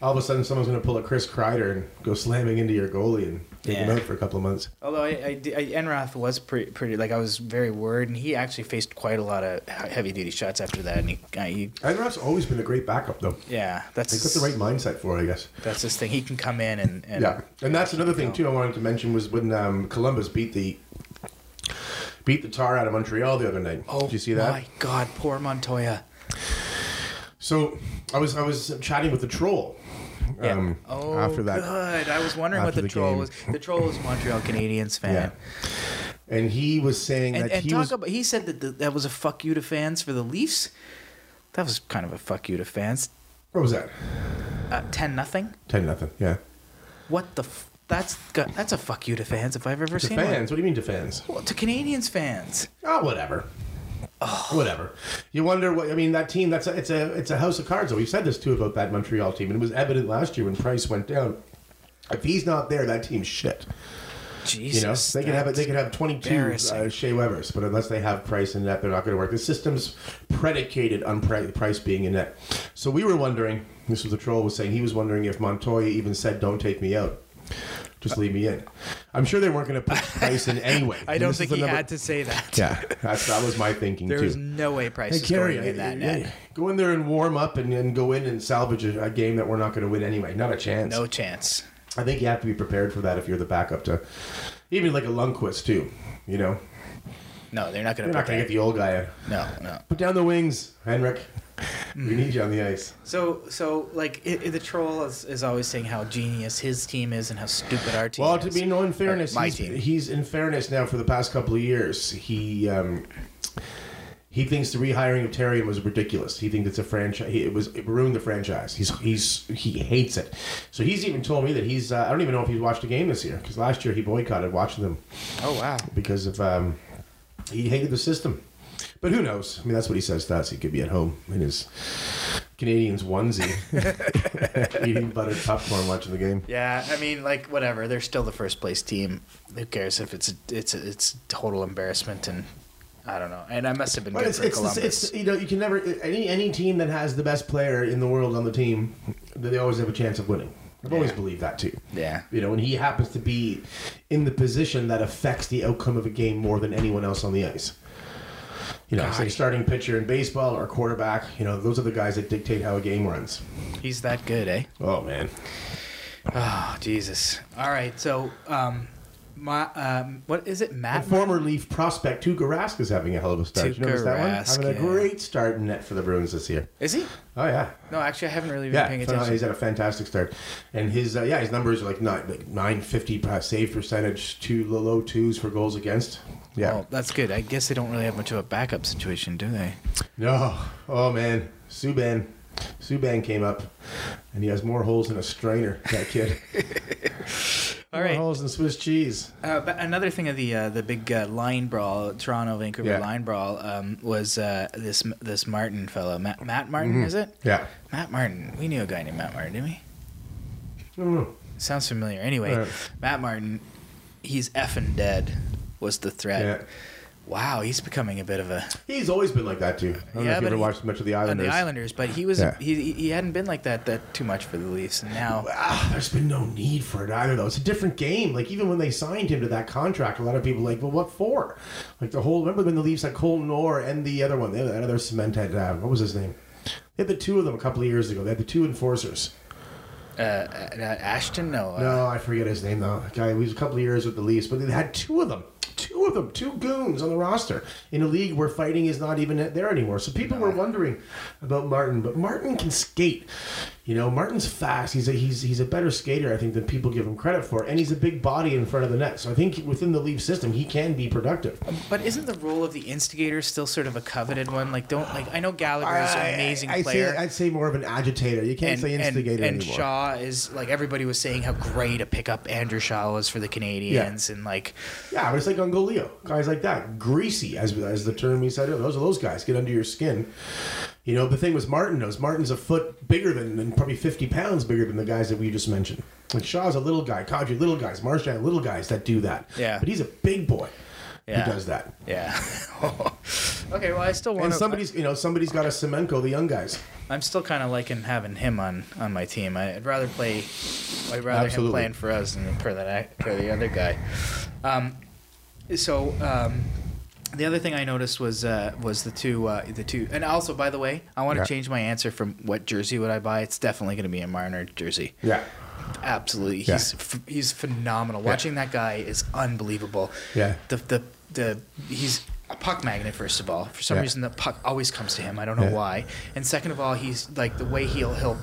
Speaker 2: all of a sudden someone's going to pull a Chris Kreider and go slamming into your goalie and take him
Speaker 1: Yeah.
Speaker 2: out for a couple of months.
Speaker 1: Although I, I, di- I Enroth was pretty, pretty like I was very worried, and he actually faced quite a lot of heavy duty shots after that, and he, uh, he
Speaker 2: Enroth's always been a great backup, though.
Speaker 1: yeah,
Speaker 2: He's
Speaker 1: that's
Speaker 2: got the right mindset for it, I guess.
Speaker 1: that's his thing. He can come in and, and
Speaker 2: Yeah, and that's another thing too. I wanted to mention was when um, Columbus beat the beat the tar out of Montreal the other night.
Speaker 1: Oh,
Speaker 2: Did you see that?
Speaker 1: My God, poor Montoya.
Speaker 2: So I was I was chatting with the troll.
Speaker 1: Yeah.
Speaker 2: Um,
Speaker 1: oh,
Speaker 2: after that,
Speaker 1: good. I was wondering what
Speaker 2: after
Speaker 1: the,
Speaker 2: the
Speaker 1: troll
Speaker 2: game.
Speaker 1: was. The troll was Montreal Canadiens fan.
Speaker 2: yeah. And he was saying
Speaker 1: And,
Speaker 2: that
Speaker 1: and
Speaker 2: he
Speaker 1: talk
Speaker 2: was
Speaker 1: about he said that the, that was a fuck you to fans for the Leafs. That was kind of a fuck you to fans.
Speaker 2: what was that?
Speaker 1: Uh, Ten nothing.
Speaker 2: Ten nothing. Yeah.
Speaker 1: What the? F- that's got, that's a fuck you to fans if I've ever
Speaker 2: To
Speaker 1: seen one. Oh.
Speaker 2: fans, what do you mean to fans?
Speaker 1: Well, to Canadians fans.
Speaker 2: Oh, whatever. Whatever. You wonder what I mean. That team. That's a, it's a it's a house of cards. Though we said this too about that Montreal team, and it was evident last year when Price went down. If he's not there, that team's shit. You know,
Speaker 1: Jesus.
Speaker 2: they could have
Speaker 1: that's
Speaker 2: they could have twenty two uh,
Speaker 1: embarrassing.
Speaker 2: Shea Weber's, but unless they have Price in net, they're not going to work. The system's predicated on pri- Price being in net. So we were wondering. This was the troll was saying he was wondering if Montoya even said, "Don't take me out." Just leave me in. I'm sure they weren't going to put Price in anyway.
Speaker 1: [LAUGHS] I don't
Speaker 2: This is
Speaker 1: think
Speaker 2: the
Speaker 1: he
Speaker 2: number-
Speaker 1: had to say that.
Speaker 2: Yeah, that's, that was my thinking
Speaker 1: There
Speaker 2: too.
Speaker 1: was no way Price
Speaker 2: Hey,
Speaker 1: is
Speaker 2: Carey,
Speaker 1: going in
Speaker 2: I-
Speaker 1: that
Speaker 2: I-
Speaker 1: net.
Speaker 2: go in there and warm up, and, and go in and salvage a, a game that we're not going to win anyway. Not a chance.
Speaker 1: No chance.
Speaker 2: I think you have to be prepared for that if you're the backup to, even like a Lundqvist too. You know,
Speaker 1: No, they're not going
Speaker 2: you're
Speaker 1: to
Speaker 2: not going to get the old guy. in.
Speaker 1: No, no.
Speaker 2: Put down the wings, Henrik. We need you on the
Speaker 1: [LAUGHS]
Speaker 2: ice.
Speaker 1: So, so like i i the troll is, is always saying how genius his team is and how stupid our team
Speaker 2: Well,
Speaker 1: is.
Speaker 2: to be no in fairness,
Speaker 1: my
Speaker 2: he's,
Speaker 1: team.
Speaker 2: he's in fairness now for the past couple of years. He um, he thinks the rehiring of Terry was ridiculous. He thinks it's a franchise. It was it ruined the franchise. He's he's he hates it. So he's even told me that he's. Uh, I don't even know if he's watched a game this year because last year he boycotted watching them
Speaker 1: oh wow.
Speaker 2: because of um, he hated the system. But who knows? I mean, that's what he says to us. He could be at home in his Canadian's onesie, [LAUGHS] eating buttered popcorn, watching the game.
Speaker 1: Yeah, I mean, like whatever. They're still the first place team. Who cares if it's it's it's total embarrassment and I don't know. And I must have been
Speaker 2: But
Speaker 1: good
Speaker 2: it's,
Speaker 1: for
Speaker 2: it's,
Speaker 1: Columbus.
Speaker 2: it's you know you can never any any team that has the best player in the world on the team, they always have a chance of winning. I've always believed that too.
Speaker 1: yeah.
Speaker 2: You know, and he happens to be in the position that affects the outcome of a game more than anyone else on the ice. You know, it's like
Speaker 1: God.
Speaker 2: starting pitcher in baseball or quarterback. You know, those are the guys that dictate how a game runs.
Speaker 1: He's that good, eh?
Speaker 2: Oh man,
Speaker 1: Oh, Jesus. All right. So, um, my um, what is it,
Speaker 2: and
Speaker 1: Matt?
Speaker 2: former Leaf prospect Tuukka Rask is having a hell of a start. you notice that one?
Speaker 1: Rask,
Speaker 2: Having a
Speaker 1: yeah.
Speaker 2: great start in net for the Bruins this year.
Speaker 1: Is he?
Speaker 2: Oh yeah,
Speaker 1: No, actually, I haven't really been
Speaker 2: Yeah,
Speaker 1: paying
Speaker 2: so
Speaker 1: attention.
Speaker 2: he's had a fantastic start, and his uh, yeah his numbers are like not like nine fifty save percentage, two low, low twos for goals against. Yeah.
Speaker 1: Oh, that's good. I guess they don't really have much of a backup situation, do they?
Speaker 2: No. Oh man, Subban, Subban came up, and he has more holes than a strainer. That kid.
Speaker 1: [LAUGHS] All
Speaker 2: more
Speaker 1: right.
Speaker 2: holes than Swiss cheese.
Speaker 1: Uh, but another thing of the uh, the big uh, line brawl, Toronto Vancouver
Speaker 2: Yeah.
Speaker 1: line brawl, um, was uh, this this Martin fellow, Matt, Matt Martin,
Speaker 2: Mm-hmm.
Speaker 1: is it?
Speaker 2: Yeah.
Speaker 1: Matt Martin. We knew a guy named Matt Martin, didn't we?
Speaker 2: I don't know.
Speaker 1: Sounds familiar. Anyway,
Speaker 2: Right.
Speaker 1: Matt Martin, he's effing dead. Was the threat?
Speaker 2: Yeah.
Speaker 1: Wow, he's becoming a bit of a
Speaker 2: He's always been like that too. I don't
Speaker 1: Yeah,
Speaker 2: know if
Speaker 1: but
Speaker 2: you ever
Speaker 1: he-
Speaker 2: watched much of the
Speaker 1: on
Speaker 2: Islanders.
Speaker 1: the Islanders, but he was
Speaker 2: Yeah.
Speaker 1: he he hadn't been like that that too much for the Leafs, and now
Speaker 2: Ah, there's been no need for it either, though. It's a different game. Like even when they signed him to that contract, a lot of people were like, well, what for? Like the whole. Remember when the Leafs had Cole Nor and the other one, the other, that other cemented. Uh, what was his name? They had the two of them a couple of years ago. They had the two enforcers.
Speaker 1: uh, uh, Ashton no, uh,
Speaker 2: No, I forget his name though. Guy, he was a couple of years with the Leafs, but they had two of them. Two of them, two goons on the roster in a league where fighting is not even there anymore. So people were wondering about Martin, but Martin can skate. You know, Martin's fast. He's a, he's he's a better skater, I think, than people give him credit for, and he's a big body in front of the net. So I think within the Leaf system, he can be productive.
Speaker 1: But isn't the role of the instigator still sort of a coveted one? Like, don't like I know Gallagher is an amazing
Speaker 2: I, I, I'd
Speaker 1: player.
Speaker 2: Say, I'd say more of an agitator. You can't
Speaker 1: and,
Speaker 2: say
Speaker 1: and,
Speaker 2: instigator
Speaker 1: and
Speaker 2: anymore.
Speaker 1: Shaw is like everybody was saying how great a pickup Andrew Shaw was for the Canadians, and like
Speaker 2: Yeah, but it's like Ungoleo, guys like that, greasy as as the term he said. oh, Those are those guys get under your skin. You know, the thing was Martin knows Martin's a foot bigger than, than probably fifty pounds bigger than the guys that we just mentioned. Like Shaw's a little guy, Kadri little guys, Marchand little guys that do that.
Speaker 1: Yeah.
Speaker 2: but he's a big boy
Speaker 1: Yeah.
Speaker 2: who does that.
Speaker 1: yeah. [LAUGHS] okay, well I still want
Speaker 2: And
Speaker 1: to.
Speaker 2: somebody's you know somebody's got to Semenko the young guys.
Speaker 1: I'm still kind of liking having him on on my team. I'd rather play. I'd rather
Speaker 2: Absolutely.
Speaker 1: him playing for us than for that for the other guy. Um, so um, the other thing I noticed was uh, was the two uh, the two and also by the way I want to
Speaker 2: Yeah.
Speaker 1: change my answer from what jersey would I buy. It's definitely going to be a Marner jersey.
Speaker 2: Yeah,
Speaker 1: Absolutely, he's f- he's phenomenal. Watching that guy is unbelievable.
Speaker 2: Yeah.
Speaker 1: the the the he's a puck magnet. First of all, for some
Speaker 2: Yeah.
Speaker 1: reason the puck always comes to him. I don't know
Speaker 2: Yeah.
Speaker 1: why. And second of all, he's like the way he'll he'll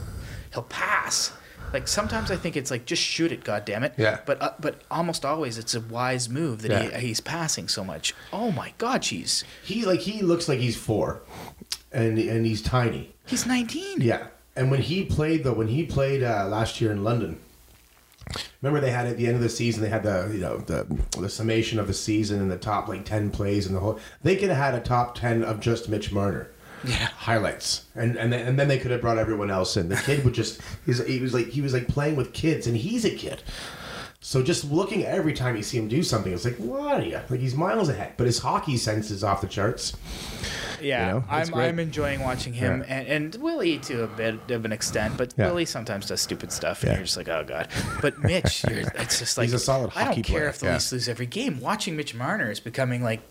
Speaker 1: he'll pass. Like sometimes I think it's like just shoot it, goddammit.
Speaker 2: Yeah.
Speaker 1: But uh, but almost always it's a wise move that
Speaker 2: Yeah.
Speaker 1: he, he's passing so much. Oh my god, jeez,
Speaker 2: he like he looks like he's four, and and he's tiny.
Speaker 1: he's nineteen.
Speaker 2: Yeah, and when he played though, when he played uh, last year in London, remember they had at the end of the season they had the you know the the summation of the season and the top like ten plays and the whole. They could have had a top ten of just Mitch Marner.
Speaker 1: Yeah.
Speaker 2: highlights, and and then, and then they could have brought everyone else in. The kid would just he's, he was like he was like playing with kids, and he's a kid. So just looking every time you see him do something, it's like what are you? Like he's miles ahead, but his hockey sense is off the charts.
Speaker 1: Yeah,
Speaker 2: You know, that's
Speaker 1: I'm
Speaker 2: great.
Speaker 1: I'm enjoying watching him
Speaker 2: Yeah.
Speaker 1: and, and Willie to a bit of an extent, but
Speaker 2: Yeah.
Speaker 1: Willie sometimes does stupid stuff, and
Speaker 2: Yeah.
Speaker 1: you're just like, oh god. But
Speaker 2: [LAUGHS]
Speaker 1: Mitch, you're, it's just like
Speaker 2: He's a solid
Speaker 1: I don't
Speaker 2: hockey
Speaker 1: care
Speaker 2: player,
Speaker 1: if the
Speaker 2: yeah.
Speaker 1: Leafs lose every game. Watching Mitch Marner is becoming like,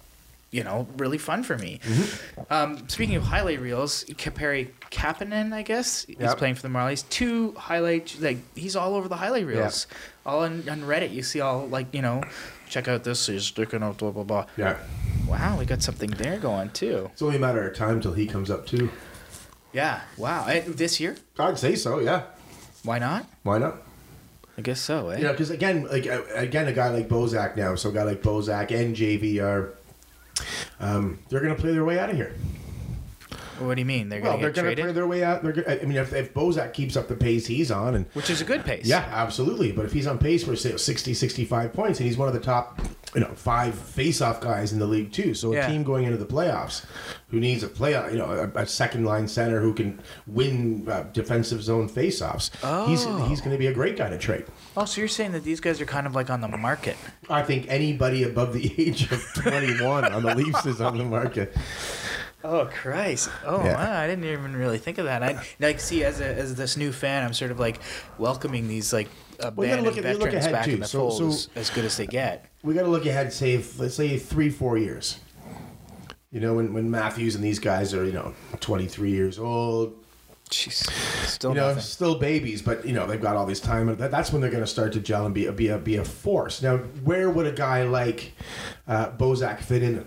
Speaker 1: you know, really fun for me.
Speaker 2: Mm-hmm.
Speaker 1: Um, speaking of highlight reels, Kaperi Kapanen, I guess he's
Speaker 2: Yep.
Speaker 1: playing for the Marlies. Two highlight like he's all over the highlight reels, all on, on Reddit. You see all like you know, check out this. He's sticking out blah blah blah.
Speaker 2: Yeah,
Speaker 1: Wow, we got something there going too.
Speaker 2: it's only a matter of time till he comes up too.
Speaker 1: Yeah. Wow. I, this year?
Speaker 2: I'd say so. Yeah.
Speaker 1: Why not?
Speaker 2: Why not?
Speaker 1: I guess so. Eh?
Speaker 2: You know, because again, like uh, again, a guy like Bozak now, so a guy like Bozak and JV are, um, they're going to play their way out of here.
Speaker 1: What do you mean? They're
Speaker 2: Well,
Speaker 1: going
Speaker 2: they're
Speaker 1: to get
Speaker 2: going to
Speaker 1: traded,
Speaker 2: play their way out. They're gonna, I mean, if, if Bozak keeps up the pace he's on, and
Speaker 1: which is a good pace.
Speaker 2: yeah, absolutely. But if he's on pace for say 60, 65 points, and he's one of the top, you know, five face-off guys in the league too. So a
Speaker 1: Yeah.
Speaker 2: team going into the playoffs who needs a playoff, you know, a, a second-line center who can win uh, defensive zone face-offs. He's
Speaker 1: Oh.
Speaker 2: he's going to be a great guy to trade.
Speaker 1: Oh, so you're saying that these guys are kind of like on the market?
Speaker 2: I think anybody above the [LAUGHS] age of 21 on the Leafs is on the market.
Speaker 1: Oh Christ! Oh
Speaker 2: Yeah.
Speaker 1: wow! I didn't even really think of that. I like see as a, as this new fan, I'm sort of like welcoming these like uh,
Speaker 2: Well, you gotta
Speaker 1: abandoned
Speaker 2: look at- you look
Speaker 1: veterans
Speaker 2: ahead,
Speaker 1: back
Speaker 2: too.
Speaker 1: in the
Speaker 2: So-
Speaker 1: fold
Speaker 2: so-
Speaker 1: as, as good as they get.
Speaker 2: We got to look ahead, say, if- let's say three, four years. You know, when, when Matthews and these guys are, you know, 23 years old,
Speaker 1: Jeez, still
Speaker 2: you know,
Speaker 1: nothing.
Speaker 2: still babies, but, you know, they've got all this time. That, that's when they're going to start to gel and be a, be, a, be a force. Now, where would a guy like uh, Bozak fit in?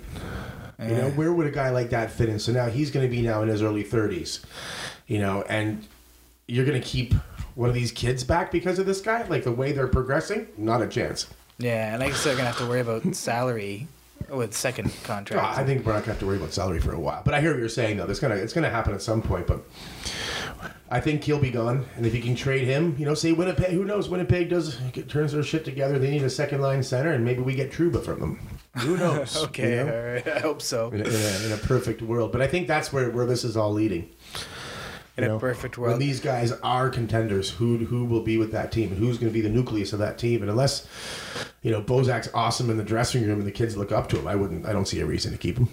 Speaker 2: You
Speaker 1: Eh.
Speaker 2: know, where would a guy like that fit in? So now he's going to be now in his early 30s, you know, and you're going to keep one of these kids back because of this guy? Like the way they're progressing? Not a chance.
Speaker 1: Yeah, and I guess they're gonna have to worry about salary with second
Speaker 2: Oh,
Speaker 1: contract.
Speaker 2: I think we're not gonna have to worry about salary for a while. But I hear what you're saying though. That's gonna it's gonna happen at some point. But I think he'll be gone, and if you can trade him, you know, say Winnipeg. Who knows? Winnipeg does turns their shit together. They need a second line center, and maybe we get Truba from them.
Speaker 1: [LAUGHS]
Speaker 2: Who knows?
Speaker 1: okay,
Speaker 2: you know?
Speaker 1: all right. [LAUGHS] I hope so.
Speaker 2: in, a, in, a, in a perfect world. But I think that's where where this is all leading.
Speaker 1: In
Speaker 2: You
Speaker 1: a
Speaker 2: know,
Speaker 1: perfect
Speaker 2: When
Speaker 1: world.
Speaker 2: these guys are contenders, who who will be with that team? Who's going to be the nucleus of that team? And unless you know Bozak's awesome in the dressing room and the kids look up to him, I wouldn't. I don't see a reason to keep him.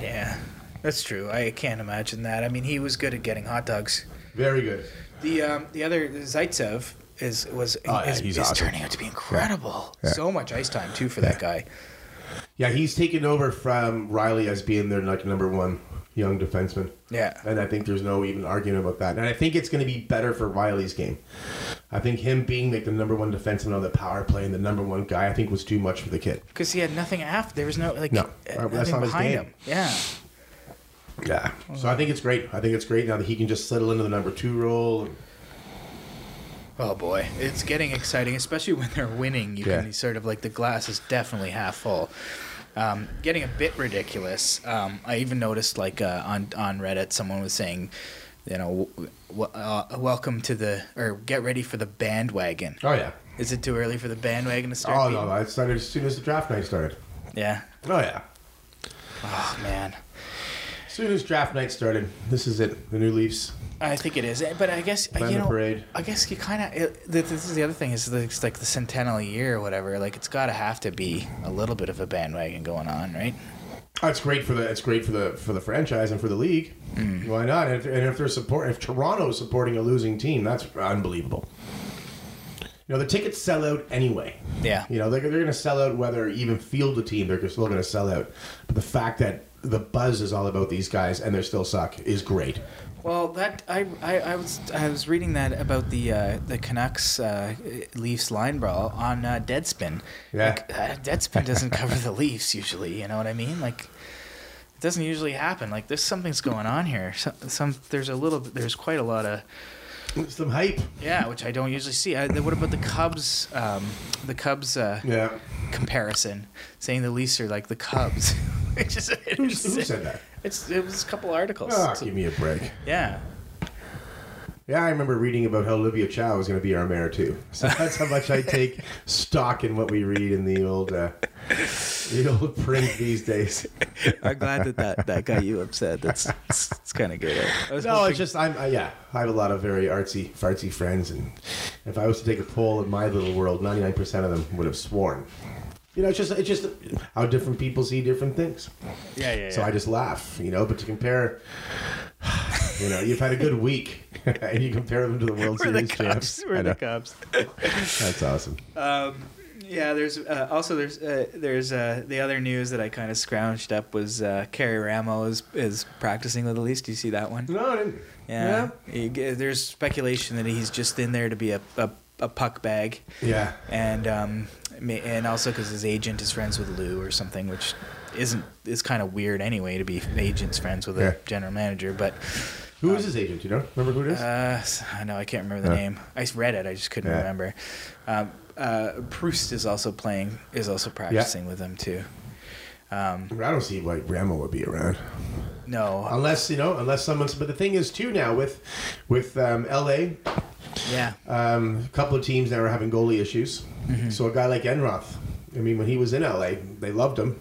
Speaker 1: Yeah, that's true. I can't imagine that. I mean, he was good at getting hot dogs.
Speaker 2: Very good.
Speaker 1: The um, the other Zaitsev is was
Speaker 2: Oh, yeah,
Speaker 1: is,
Speaker 2: he's
Speaker 1: is
Speaker 2: awesome.
Speaker 1: turning out to be incredible.
Speaker 2: Yeah.
Speaker 1: So much ice time too for that guy.
Speaker 2: Yeah, he's taken over from Riley as being their like number one young defenseman.
Speaker 1: Yeah.
Speaker 2: And I think there's no even arguing about that. And I think it's going to be better for Riley's game. I think him being like the number one defenseman on the power play and the number one guy, I think was too much for the kid.
Speaker 1: Because he had nothing after. There was no like
Speaker 2: No,
Speaker 1: uh,
Speaker 2: that's
Speaker 1: nothing
Speaker 2: not his
Speaker 1: behind
Speaker 2: game.
Speaker 1: him. Yeah.
Speaker 2: Yeah. So I think it's great. I think it's great now that he can just settle into the number two role.
Speaker 1: Oh boy, it's getting exciting, especially when they're winning. You
Speaker 2: Yeah.
Speaker 1: can sort of like the glass is definitely half full. Um, getting a bit ridiculous. Um, I even noticed like uh, on on Reddit, someone was saying, you know, w- w- uh, welcome to the or get ready for the bandwagon.
Speaker 2: Oh yeah.
Speaker 1: Is it too early for the bandwagon to start?
Speaker 2: Oh
Speaker 1: beating?
Speaker 2: no, no, it started as soon as the draft night started.
Speaker 1: Yeah.
Speaker 2: Oh yeah.
Speaker 1: Oh man.
Speaker 2: As soon as draft night started, this is it. The new Leafs.
Speaker 1: I think it is, Eh, but I guess uh,
Speaker 2: Plan
Speaker 1: you
Speaker 2: the
Speaker 1: know.
Speaker 2: parade.
Speaker 1: I guess you kind of. This is the other thing is that it's like the centennial year or whatever. Like it's got to have to be a little bit of a bandwagon going on, right?
Speaker 2: Oh, it's great for the it's great for the for the franchise and for the league. Why not? And if, and if they're support if Toronto's supporting a losing team, that's unbelievable. You know the tickets sell out anyway.
Speaker 1: Yeah.
Speaker 2: You know they're, they're going to sell out whether you even field the team. They're still going to sell out. But the fact that the buzz is all about these guys and they still suck is great.
Speaker 1: Well, that I, I, I was I was reading that about the uh, the Canucks uh, Leafs line brawl on uh, Deadspin.
Speaker 2: Yeah.
Speaker 1: Like, uh, Deadspin doesn't cover the Leafs usually. You know what I mean? Like, it doesn't usually happen. Like, there's something's going on here. Some, some there's a little there's quite a lot of
Speaker 2: Some hype.
Speaker 1: yeah, which I don't usually see. I, what about the Cubs? Um, the Cubs uh,
Speaker 2: Yeah.
Speaker 1: comparison, saying the Leafs are like the Cubs, [LAUGHS] which is
Speaker 2: Who said [LAUGHS] that?
Speaker 1: It's it was a couple articles.
Speaker 2: Ah,
Speaker 1: It's a-
Speaker 2: give me a break.
Speaker 1: yeah.
Speaker 2: Yeah, I remember reading about how Olivia Chow was going to be our mayor too.
Speaker 1: [LAUGHS]
Speaker 2: So that's how much I take stock in what we read in the old, uh, the old print these days.
Speaker 1: I'm glad that that, that got you upset. That's it's, kind of good. I was
Speaker 2: No,
Speaker 1: hoping-
Speaker 2: it's just I'm uh, yeah. I have a lot of very artsy, fartsy friends, and if I was to take a poll in my little world, 99 percent of them would have sworn. You know, it's just it's just how different people see different things.
Speaker 1: yeah, yeah, yeah.
Speaker 2: So I just laugh, you know. But to compare, you know, you've had a good week, [LAUGHS] and you compare them to the World
Speaker 1: we're the
Speaker 2: Series
Speaker 1: cops.
Speaker 2: champs. I
Speaker 1: We're the
Speaker 2: know.
Speaker 1: cops.
Speaker 2: That's awesome.
Speaker 1: Um, yeah, there's uh, also there's uh, there's uh, the other news that I kind of scrounged up was uh, Carrie Ramo is is practicing with the Leafs. Do you see that one?
Speaker 2: No, I didn't.
Speaker 1: Yeah. You g- There's speculation that he's just in there to be a, a, a puck bag,
Speaker 2: Yeah.
Speaker 1: and um, ma- and also because his agent is friends with Lou or something, which isn't is kind of weird anyway to be agents friends with
Speaker 2: Yeah.
Speaker 1: a general manager, but.
Speaker 2: Who is his agent? You know, remember who it is?
Speaker 1: Uh, s- I know I can't remember the
Speaker 2: Yeah.
Speaker 1: name. I s- read it, I just couldn't
Speaker 2: Yeah.
Speaker 1: remember. Um, uh, Proust is also playing, is also practicing with them too. Um,
Speaker 2: I don't see why Ramo would be around,
Speaker 1: no, uh,
Speaker 2: unless you know, unless someone's. But the thing is, too, now with with um, LA,
Speaker 1: yeah,
Speaker 2: um, a couple of teams that were having goalie issues. So a guy like Enroth, I mean, when he was in LA, they loved him,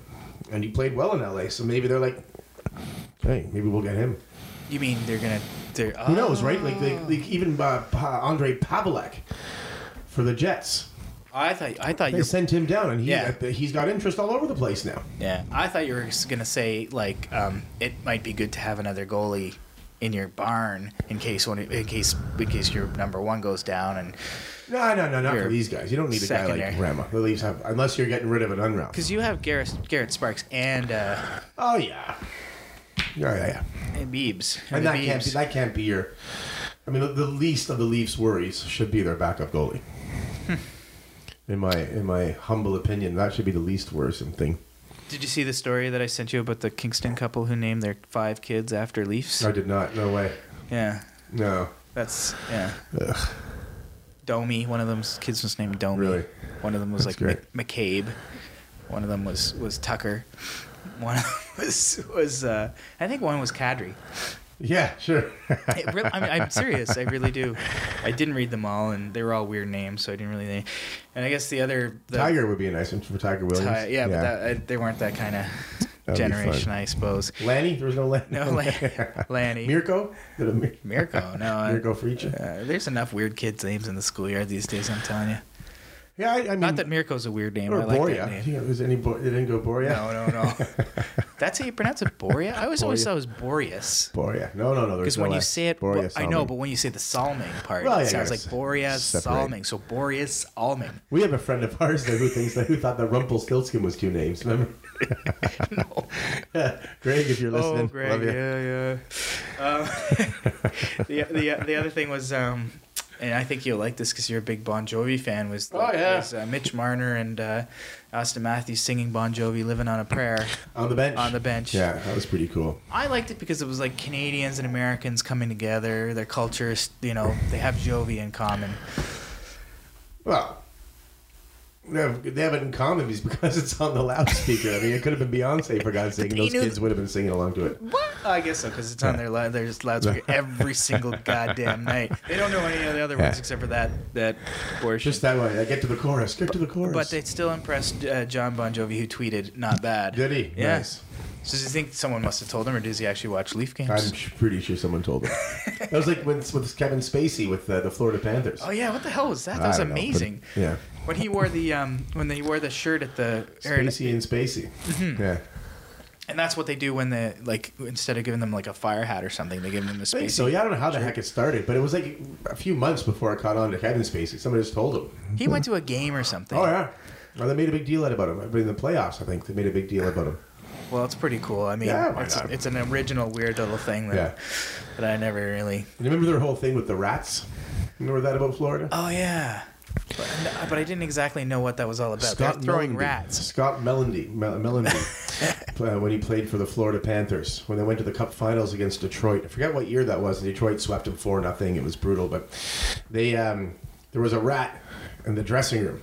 Speaker 2: and he played well in LA. So maybe they're like, hey, maybe we'll get him.
Speaker 1: you mean they're gonna? They're, oh,
Speaker 2: Who knows, right? Like, like, like even uh, Pa- Andre Pavelek for the Jets.
Speaker 1: I thought I thought
Speaker 2: They
Speaker 1: you.
Speaker 2: sent him down, and he
Speaker 1: Yeah.
Speaker 2: he's got interest all over the place now.
Speaker 1: Yeah, I thought you were s- gonna say like um, it might be good to have another goalie in your barn in case one in case in case your number one goes down and
Speaker 2: No, no, no, not
Speaker 1: Your
Speaker 2: for these guys. You don't need a guy like
Speaker 1: secondary.
Speaker 2: Rama. The Leafs have, unless you're getting rid of an unwrap.
Speaker 1: because you have Garrett Garrett Sparks and uh,
Speaker 2: Oh yeah, yeah, yeah, yeah.
Speaker 1: and Beebs
Speaker 2: And
Speaker 1: the
Speaker 2: that can't be
Speaker 1: Beebs.
Speaker 2: that can't be your. I mean, the, the least of the Leafs' worries should be their backup goalie.
Speaker 1: Hmm.
Speaker 2: in my in my humble opinion, that should be the least worrisome thing.
Speaker 1: Did you see the story that I sent you about the Kingston couple who named their five kids after Leafs?
Speaker 2: I did not. No way.
Speaker 1: Yeah,
Speaker 2: No.
Speaker 1: that's yeah.
Speaker 2: Ugh.
Speaker 1: Domi, one of them's kids was named Domi.
Speaker 2: Really?
Speaker 1: One of them was
Speaker 2: That's
Speaker 1: like Mc- McCabe. One of them was was Tucker. One of them [LAUGHS] was was uh, I think one was Kadri.
Speaker 2: Yeah,
Speaker 1: [LAUGHS]
Speaker 2: sure.
Speaker 1: It really, I'm, I'm serious. I really do. I didn't read them all, and they were all weird names, so I didn't really. And I guess the other the,
Speaker 2: Tiger would be a nice one for Tiger
Speaker 1: Ti-
Speaker 2: Williams.
Speaker 1: yeah, but that, I, they weren't that kind of
Speaker 2: That'd be fun.
Speaker 1: generation, I suppose.
Speaker 2: Lanny, there was no Lanny. [LAUGHS]
Speaker 1: No, Lan- Lanny.
Speaker 2: Mirko, did a Mir-
Speaker 1: Mirko, no. I-
Speaker 2: [LAUGHS] Mirko Freccia.
Speaker 1: Uh, there's enough weird kids' names in the schoolyard these days. I'm telling you.
Speaker 2: Yeah, I, I mean,
Speaker 1: Not that Mirko's a weird name.
Speaker 2: or
Speaker 1: I like
Speaker 2: Boria.
Speaker 1: that
Speaker 2: [LAUGHS]
Speaker 1: name.
Speaker 2: Yeah, was any Bo- it didn't go Boria.
Speaker 1: No, no, no. That's how you pronounce it, Boria. I always always
Speaker 2: Boria.
Speaker 1: thought it was Boreas.
Speaker 2: [LAUGHS] Boria. No, no, no.
Speaker 1: Because
Speaker 2: Because
Speaker 1: when you say it,
Speaker 2: Boria,
Speaker 1: I know,
Speaker 2: Salming.
Speaker 1: but when you say the Salming part,
Speaker 2: Well, yeah,
Speaker 1: it sounds
Speaker 2: yeah,
Speaker 1: like Boreas
Speaker 2: separate.
Speaker 1: Salming. So Boreas Alming.
Speaker 2: we have a friend of ours though, who thinks that who thought that Rumpelstiltskin was two names. Remember,
Speaker 1: [LAUGHS]
Speaker 2: [LAUGHS]
Speaker 1: No.
Speaker 2: Greg, if you're listening,
Speaker 1: Oh, Greg,
Speaker 2: [LAUGHS] love you.
Speaker 1: Uh, [LAUGHS] yeah, yeah. Um, the, the the other thing was um, and I think you'll like this because you're a big Bon Jovi fan. Was
Speaker 2: Oh, yeah.
Speaker 1: was, uh, Mitch Marner and uh, Austin Matthews singing Bon Jovi, "Living on a Prayer."
Speaker 2: on the bench.
Speaker 1: On the bench.
Speaker 2: Yeah, that was pretty cool.
Speaker 1: I liked it because it was like Canadians and Americans coming together. Their cultures, you know, they have Jovi in common.
Speaker 2: Well, they have, they have it in common is because [LAUGHS] it's on the loudspeaker. I mean, it could have been Beyonce for God's sake, and
Speaker 1: they
Speaker 2: those
Speaker 1: knew-
Speaker 2: kids would have been singing along to it.
Speaker 1: What? I guess so because it's on their li- their loudspeaker every
Speaker 2: [LAUGHS]
Speaker 1: single goddamn night. They don't know any of the other ones
Speaker 2: Yeah.
Speaker 1: except for that that portion.
Speaker 2: Just that way. I get to the chorus. Get to the chorus.
Speaker 1: but they still impressed uh, John Bon Jovi, who tweeted, "Not bad."
Speaker 2: did he?
Speaker 1: Yeah.
Speaker 2: Nice.
Speaker 1: So do you think someone must have told him, or does he actually watch Leaf games?
Speaker 2: I'm sh- pretty sure
Speaker 1: [LAUGHS]
Speaker 2: someone told him. that was like when with Kevin Spacey with uh, the Florida Panthers.
Speaker 1: Oh yeah, what the hell was that? That
Speaker 2: I
Speaker 1: was
Speaker 2: don't know, but-
Speaker 1: amazing.
Speaker 2: yeah.
Speaker 1: When he wore the um, when they wore the shirt at the Aaron-
Speaker 2: Spacey and Spacey.
Speaker 1: Mm-hmm.
Speaker 2: Yeah.
Speaker 1: and that's what they do when they like instead of giving them like a fire hat or something, they give them the
Speaker 2: I think
Speaker 1: space.
Speaker 2: so. Yeah, I don't know how the heck it started, but it was like a few months before I caught on to Kevin Spacey. Somebody just told him.
Speaker 1: He went to a game or something.
Speaker 2: Oh yeah. Well, they made a big deal out about him. But in the playoffs, I think they made a big deal about him.
Speaker 1: Well, it's pretty cool. I mean,
Speaker 2: Yeah, why
Speaker 1: it's,
Speaker 2: not?
Speaker 1: it's an original weird little thing that
Speaker 2: Yeah.
Speaker 1: that I never really.
Speaker 2: You remember their whole thing with the rats? Remember that about Florida?
Speaker 1: Oh yeah. But, no, but I didn't exactly know what that was all about. They're throwing
Speaker 2: Mellenby.
Speaker 1: rats. [LAUGHS]
Speaker 2: Scott Mellenby, Mel- [LAUGHS] Mellenby, pl- uh, when he played for the Florida Panthers, when they went to the Cup Finals against Detroit. I forget what year that was. and Detroit swept them four nothing. It was brutal, but they um, there was a rat in the dressing room,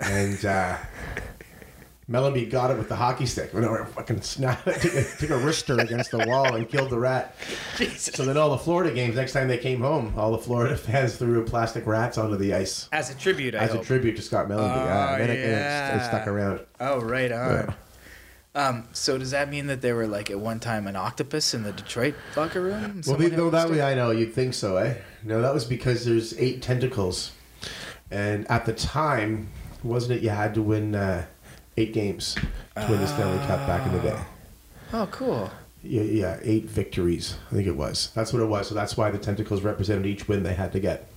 Speaker 2: and. Uh, Mellenby got it with the hockey stick. No, it fucking snap. [LAUGHS] Took a, took a wrister against the wall and killed the rat.
Speaker 1: Jesus.
Speaker 2: So then all the Florida games, next time they came home, all the Florida [LAUGHS] fans threw plastic rats onto the ice
Speaker 1: As a tribute, I
Speaker 2: as a
Speaker 1: hope.
Speaker 2: tribute to Scott Mellenby.
Speaker 1: Oh,
Speaker 2: yeah, and then it- and it,
Speaker 1: yeah.
Speaker 2: it stuck around.
Speaker 1: Oh, right on. Um, so does that mean that there were like at one time an octopus in the Detroit locker room? and
Speaker 2: Well,
Speaker 1: someone
Speaker 2: no,
Speaker 1: had
Speaker 2: that way I know you'd think so, eh? No, that was because there's eight tentacles, and at the time, wasn't it? You had to win uh, eight games to win the Stanley Cup back in the day.
Speaker 1: Oh, cool.
Speaker 2: Yeah, yeah, eight victories. I think it was. That's what it was. So that's why the tentacles represented each win they had to get.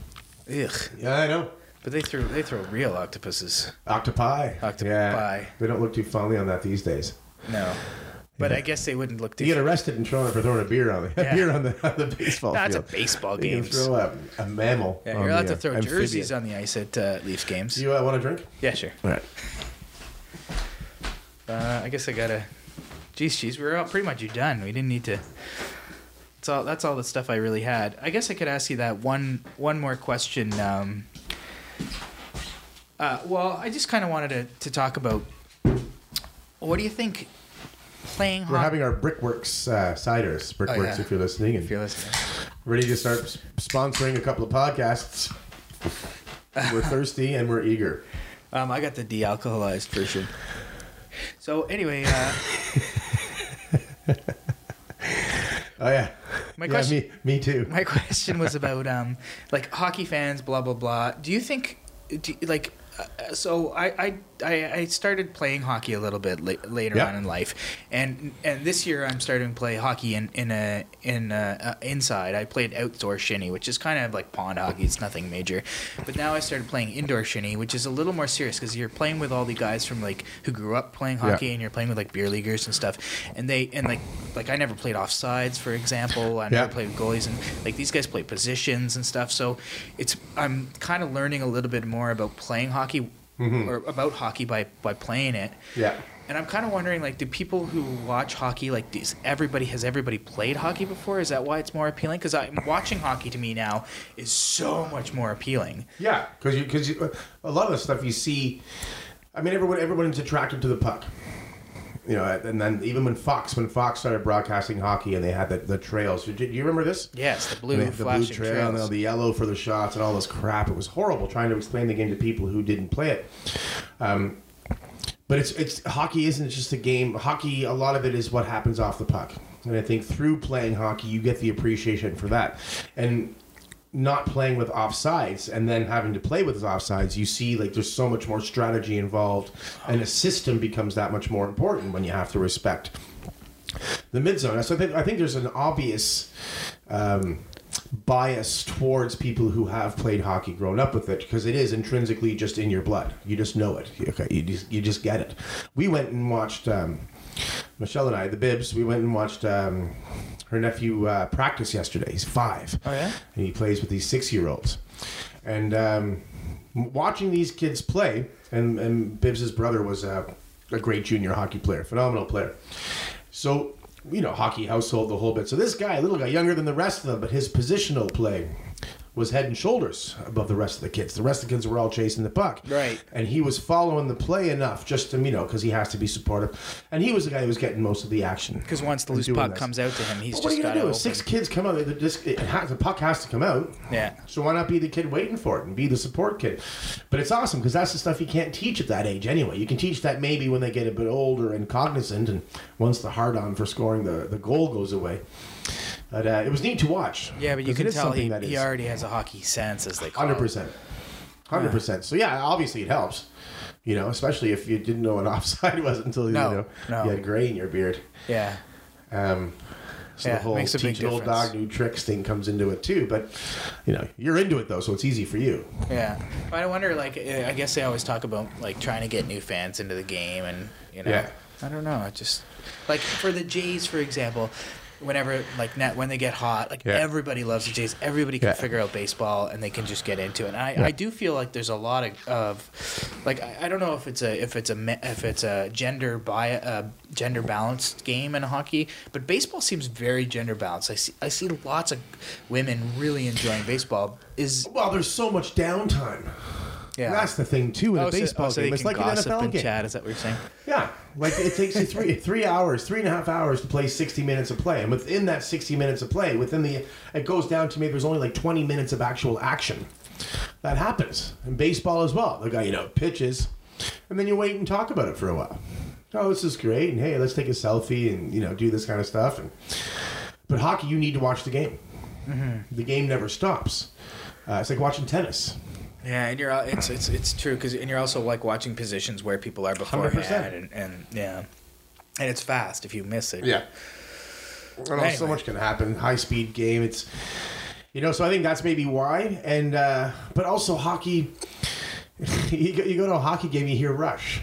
Speaker 1: Ugh.
Speaker 2: Yeah, I know.
Speaker 1: But they threw they throw real octopuses.
Speaker 2: Octopi.
Speaker 1: Octopi.
Speaker 2: Yeah. They don't look too fondly on that these days.
Speaker 1: No. But I guess they wouldn't look.
Speaker 2: You get
Speaker 1: different.
Speaker 2: arrested in Toronto for throwing a beer on the [LAUGHS]
Speaker 1: Yeah.
Speaker 2: beer on the, on the baseball
Speaker 1: That's a
Speaker 2: field.
Speaker 1: baseball
Speaker 2: You can
Speaker 1: game.
Speaker 2: throw a, a mammal.
Speaker 1: Yeah,
Speaker 2: on
Speaker 1: you're allowed
Speaker 2: the,
Speaker 1: to throw
Speaker 2: uh, amphibian.
Speaker 1: jerseys on the ice at uh, Leaf games.
Speaker 2: Do you uh, want a drink?
Speaker 1: Yeah, sure.
Speaker 2: All right.
Speaker 1: Uh, I guess I gotta. Geez, geez, we're all pretty much done. We didn't need to. That's all. That's all the stuff I really had. I guess I could ask you that one one more question. Um, uh, well, I just kind of wanted to, to talk about what do you think playing
Speaker 2: We're
Speaker 1: hoc-
Speaker 2: having our Brickworks uh, ciders. Brickworks,
Speaker 1: Uh, Oh, yeah.
Speaker 2: if you're listening, and
Speaker 1: if you're listening.
Speaker 2: ready to start s- sponsoring a couple of podcasts.
Speaker 1: [LAUGHS]
Speaker 2: We're thirsty and we're eager.
Speaker 1: Um, I got the de-alcoholized version. So anyway, uh,
Speaker 2: Oh yeah.
Speaker 1: my
Speaker 2: yeah,
Speaker 1: question.
Speaker 2: Me, me too.
Speaker 1: [LAUGHS] my question was about um like hockey fans blah blah blah do you think do you- like uh, so I, I I I started playing hockey a little bit la- later
Speaker 2: Yeah.
Speaker 1: on in life, and and this year I'm starting to play hockey in in a in a, uh, inside. I played outdoor shinny, which is kind of like pond hockey. It's nothing major, but now I started playing indoor shinny, which is a little more serious because you're playing with all the guys from like who grew up playing
Speaker 2: Yeah.
Speaker 1: hockey, and you're playing with like beer leaguers and stuff, and they and like like I never played offsides, for example. I never
Speaker 2: Yeah.
Speaker 1: played played goalies and like these guys play positions and stuff. So it's I'm kind of learning a little bit more about playing hockey
Speaker 2: Mm-hmm.
Speaker 1: or about hockey by by playing it.
Speaker 2: Yeah.
Speaker 1: And I'm kind of wondering like do people who watch hockey like does everybody has everybody played hockey before? Is that why it's more appealing? Cuz I'm watching hockey to me now is so much more appealing.
Speaker 2: Yeah, because you because you, a lot of the stuff you see. I mean, everyone everyone's attracted to the puck. You know, and then even when Fox when Fox started broadcasting hockey and they had the, the trails. Do you remember this?
Speaker 1: Yes, the blue
Speaker 2: And they- the blue
Speaker 1: flashing
Speaker 2: trail and
Speaker 1: trails.
Speaker 2: all the yellow for the shots and all this crap. It was horrible trying to explain the game to people who didn't play it. Um, but it's it's hockey isn't just a game. Hockey, a lot of it is what happens off the puck, and I think through playing hockey, you get the appreciation for that, and not playing with offsides and then having to play with offsides, you see like there's so much more strategy involved, and a system becomes that much more important when you have to respect the mid zone. So I think I think there's an obvious um, bias towards people who have played hockey, grown up with it, because it is intrinsically just in your blood. You just know it. Okay, you just you just get it. We went and watched. Um, Michelle and I, the Bibs, we went and watched um, her nephew uh, practice yesterday. He's five.
Speaker 1: Oh, yeah?
Speaker 2: And he plays with these six year olds. And um, watching these kids play, and, and Bibbs' brother was a, a great junior hockey player, phenomenal player. So, you know, hockey household, the whole bit. So this guy, little guy, younger than the rest of them, but his positional play was head and shoulders above the rest of the kids. The rest of the kids were all chasing the puck.
Speaker 1: Right.
Speaker 2: And he was following the play enough just to, you know, because he has to be supportive. And he was the guy who was getting most of the action.
Speaker 1: Because once the
Speaker 2: and
Speaker 1: loose
Speaker 2: doing
Speaker 1: puck
Speaker 2: this.
Speaker 1: comes out to him, he's
Speaker 2: But what are
Speaker 1: just
Speaker 2: you
Speaker 1: got
Speaker 2: gonna
Speaker 1: to
Speaker 2: do?
Speaker 1: open.
Speaker 2: If six kids come out, the, disc, it has, the puck has to come out.
Speaker 1: Yeah.
Speaker 2: So why not be the kid waiting for it and be the support kid? But it's awesome because that's the stuff you can't teach at that age anyway. You can teach that maybe when they get a bit older and cognizant, and once the hard on for scoring the, the goal goes away. But uh, it was neat to watch.
Speaker 1: Yeah, but you
Speaker 2: 'Cause
Speaker 1: can
Speaker 2: it is
Speaker 1: tell
Speaker 2: something
Speaker 1: he,
Speaker 2: that
Speaker 1: he
Speaker 2: is-
Speaker 1: already has a hockey sense, as they call
Speaker 2: Hundred
Speaker 1: it.
Speaker 2: percent, hundred percent. So yeah, obviously it helps. You know, especially if you didn't know what [LAUGHS] offside was until
Speaker 1: No,
Speaker 2: you know
Speaker 1: no.
Speaker 2: you had gray in your beard.
Speaker 1: Yeah.
Speaker 2: Um, so
Speaker 1: Yeah,
Speaker 2: the whole
Speaker 1: makes a big
Speaker 2: teach an old
Speaker 1: difference.
Speaker 2: dog new tricks thing comes into it too. But you know, you're into it though, so it's easy for you.
Speaker 1: Yeah, but I wonder. Like, eh, I guess they always talk about like trying to get new fans into the game, and you know,
Speaker 2: Yeah.
Speaker 1: I don't know. I just like for the Jays, for example. Whenever like net when they get hot, like
Speaker 2: Yeah.
Speaker 1: everybody loves the Jays. Everybody can
Speaker 2: Yeah.
Speaker 1: figure out baseball and they can just get into it. And I, I do feel like there's a lot of, of like I, I don't know if it's a if it's a me- if it's a gender by uh, gender balanced game in hockey, but baseball seems very gender balanced. I see I see lots of women really enjoying baseball. Is
Speaker 2: Well, there's so much downtime.
Speaker 1: yeah.
Speaker 2: That's the thing too in
Speaker 1: Oh,
Speaker 2: a
Speaker 1: so-
Speaker 2: baseball
Speaker 1: oh, so they
Speaker 2: game. It's
Speaker 1: can
Speaker 2: like an
Speaker 1: gossip
Speaker 2: NFL
Speaker 1: and
Speaker 2: game.
Speaker 1: Chat, is that what you're saying?
Speaker 2: Yeah, like it takes you three three hours, three and a half hours to play sixty minutes of play, and within that sixty minutes of play, within the it goes down to maybe there's only like twenty minutes of actual action. That happens in baseball as well. The guy you know pitches, and then you wait and talk about it for a while. Oh, this is great, and hey, let's take a selfie and you know do this kind of stuff. And but hockey, you need to watch the game. The game never stops. Uh, it's like watching tennis.
Speaker 1: Yeah, and you're al- it's it's it's true because and you're also like watching positions where people are beforehand
Speaker 2: 100%.
Speaker 1: and, and yeah, and it's fast if you miss it.
Speaker 2: Yeah. I know so
Speaker 1: Anyway.
Speaker 2: much can happen. High speed game. It's you know, so I think that's maybe why. And uh, but also hockey. [LAUGHS] you, go, you go to a hockey game, you hear rush.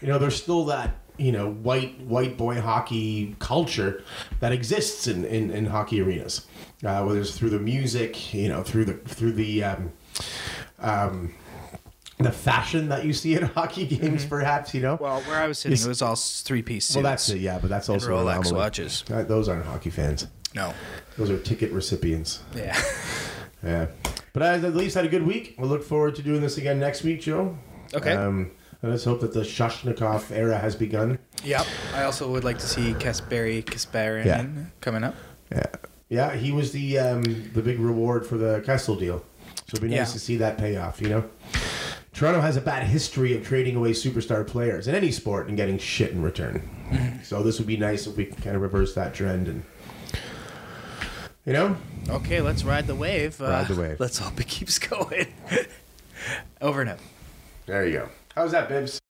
Speaker 2: You know, there's still that you know white white boy hockey culture that exists in in, in hockey arenas, uh, whether it's through the music, you know, through the through the um, um, the fashion that you see at [LAUGHS] hockey games, perhaps. You know,
Speaker 1: Well, where I was sitting, it was all three piece suits.
Speaker 2: well, that's it, yeah, but that's also an
Speaker 1: Rolex
Speaker 2: anomaly.
Speaker 1: watches.
Speaker 2: Uh, those aren't hockey fans.
Speaker 1: No.
Speaker 2: Those are ticket recipients.
Speaker 1: Yeah.
Speaker 2: Yeah. But I at least had a good week. We'll look forward to doing this again next week, Joe.
Speaker 1: [LAUGHS] Okay.
Speaker 2: Um, and let's hope that the Shashnikov era has begun.
Speaker 1: yep. I also would like to see Kasperi Kasparian
Speaker 2: Yeah.
Speaker 1: coming up.
Speaker 2: Yeah. Yeah, he was the um, the big reward for the Kessel deal. So it'd be nice
Speaker 1: Yeah.
Speaker 2: to see that pay off, you know? Toronto has a bad history of trading away superstar players in any sport and getting shit in return.
Speaker 1: Mm-hmm.
Speaker 2: so this would be nice if we can kind of reverse that trend and, you know?
Speaker 1: Okay, let's ride the wave. Uh,
Speaker 2: Ride
Speaker 1: [LAUGHS]
Speaker 2: the wave.
Speaker 1: Let's hope it keeps going. [LAUGHS] Over and out.
Speaker 2: There you go. How's that, Bibbs?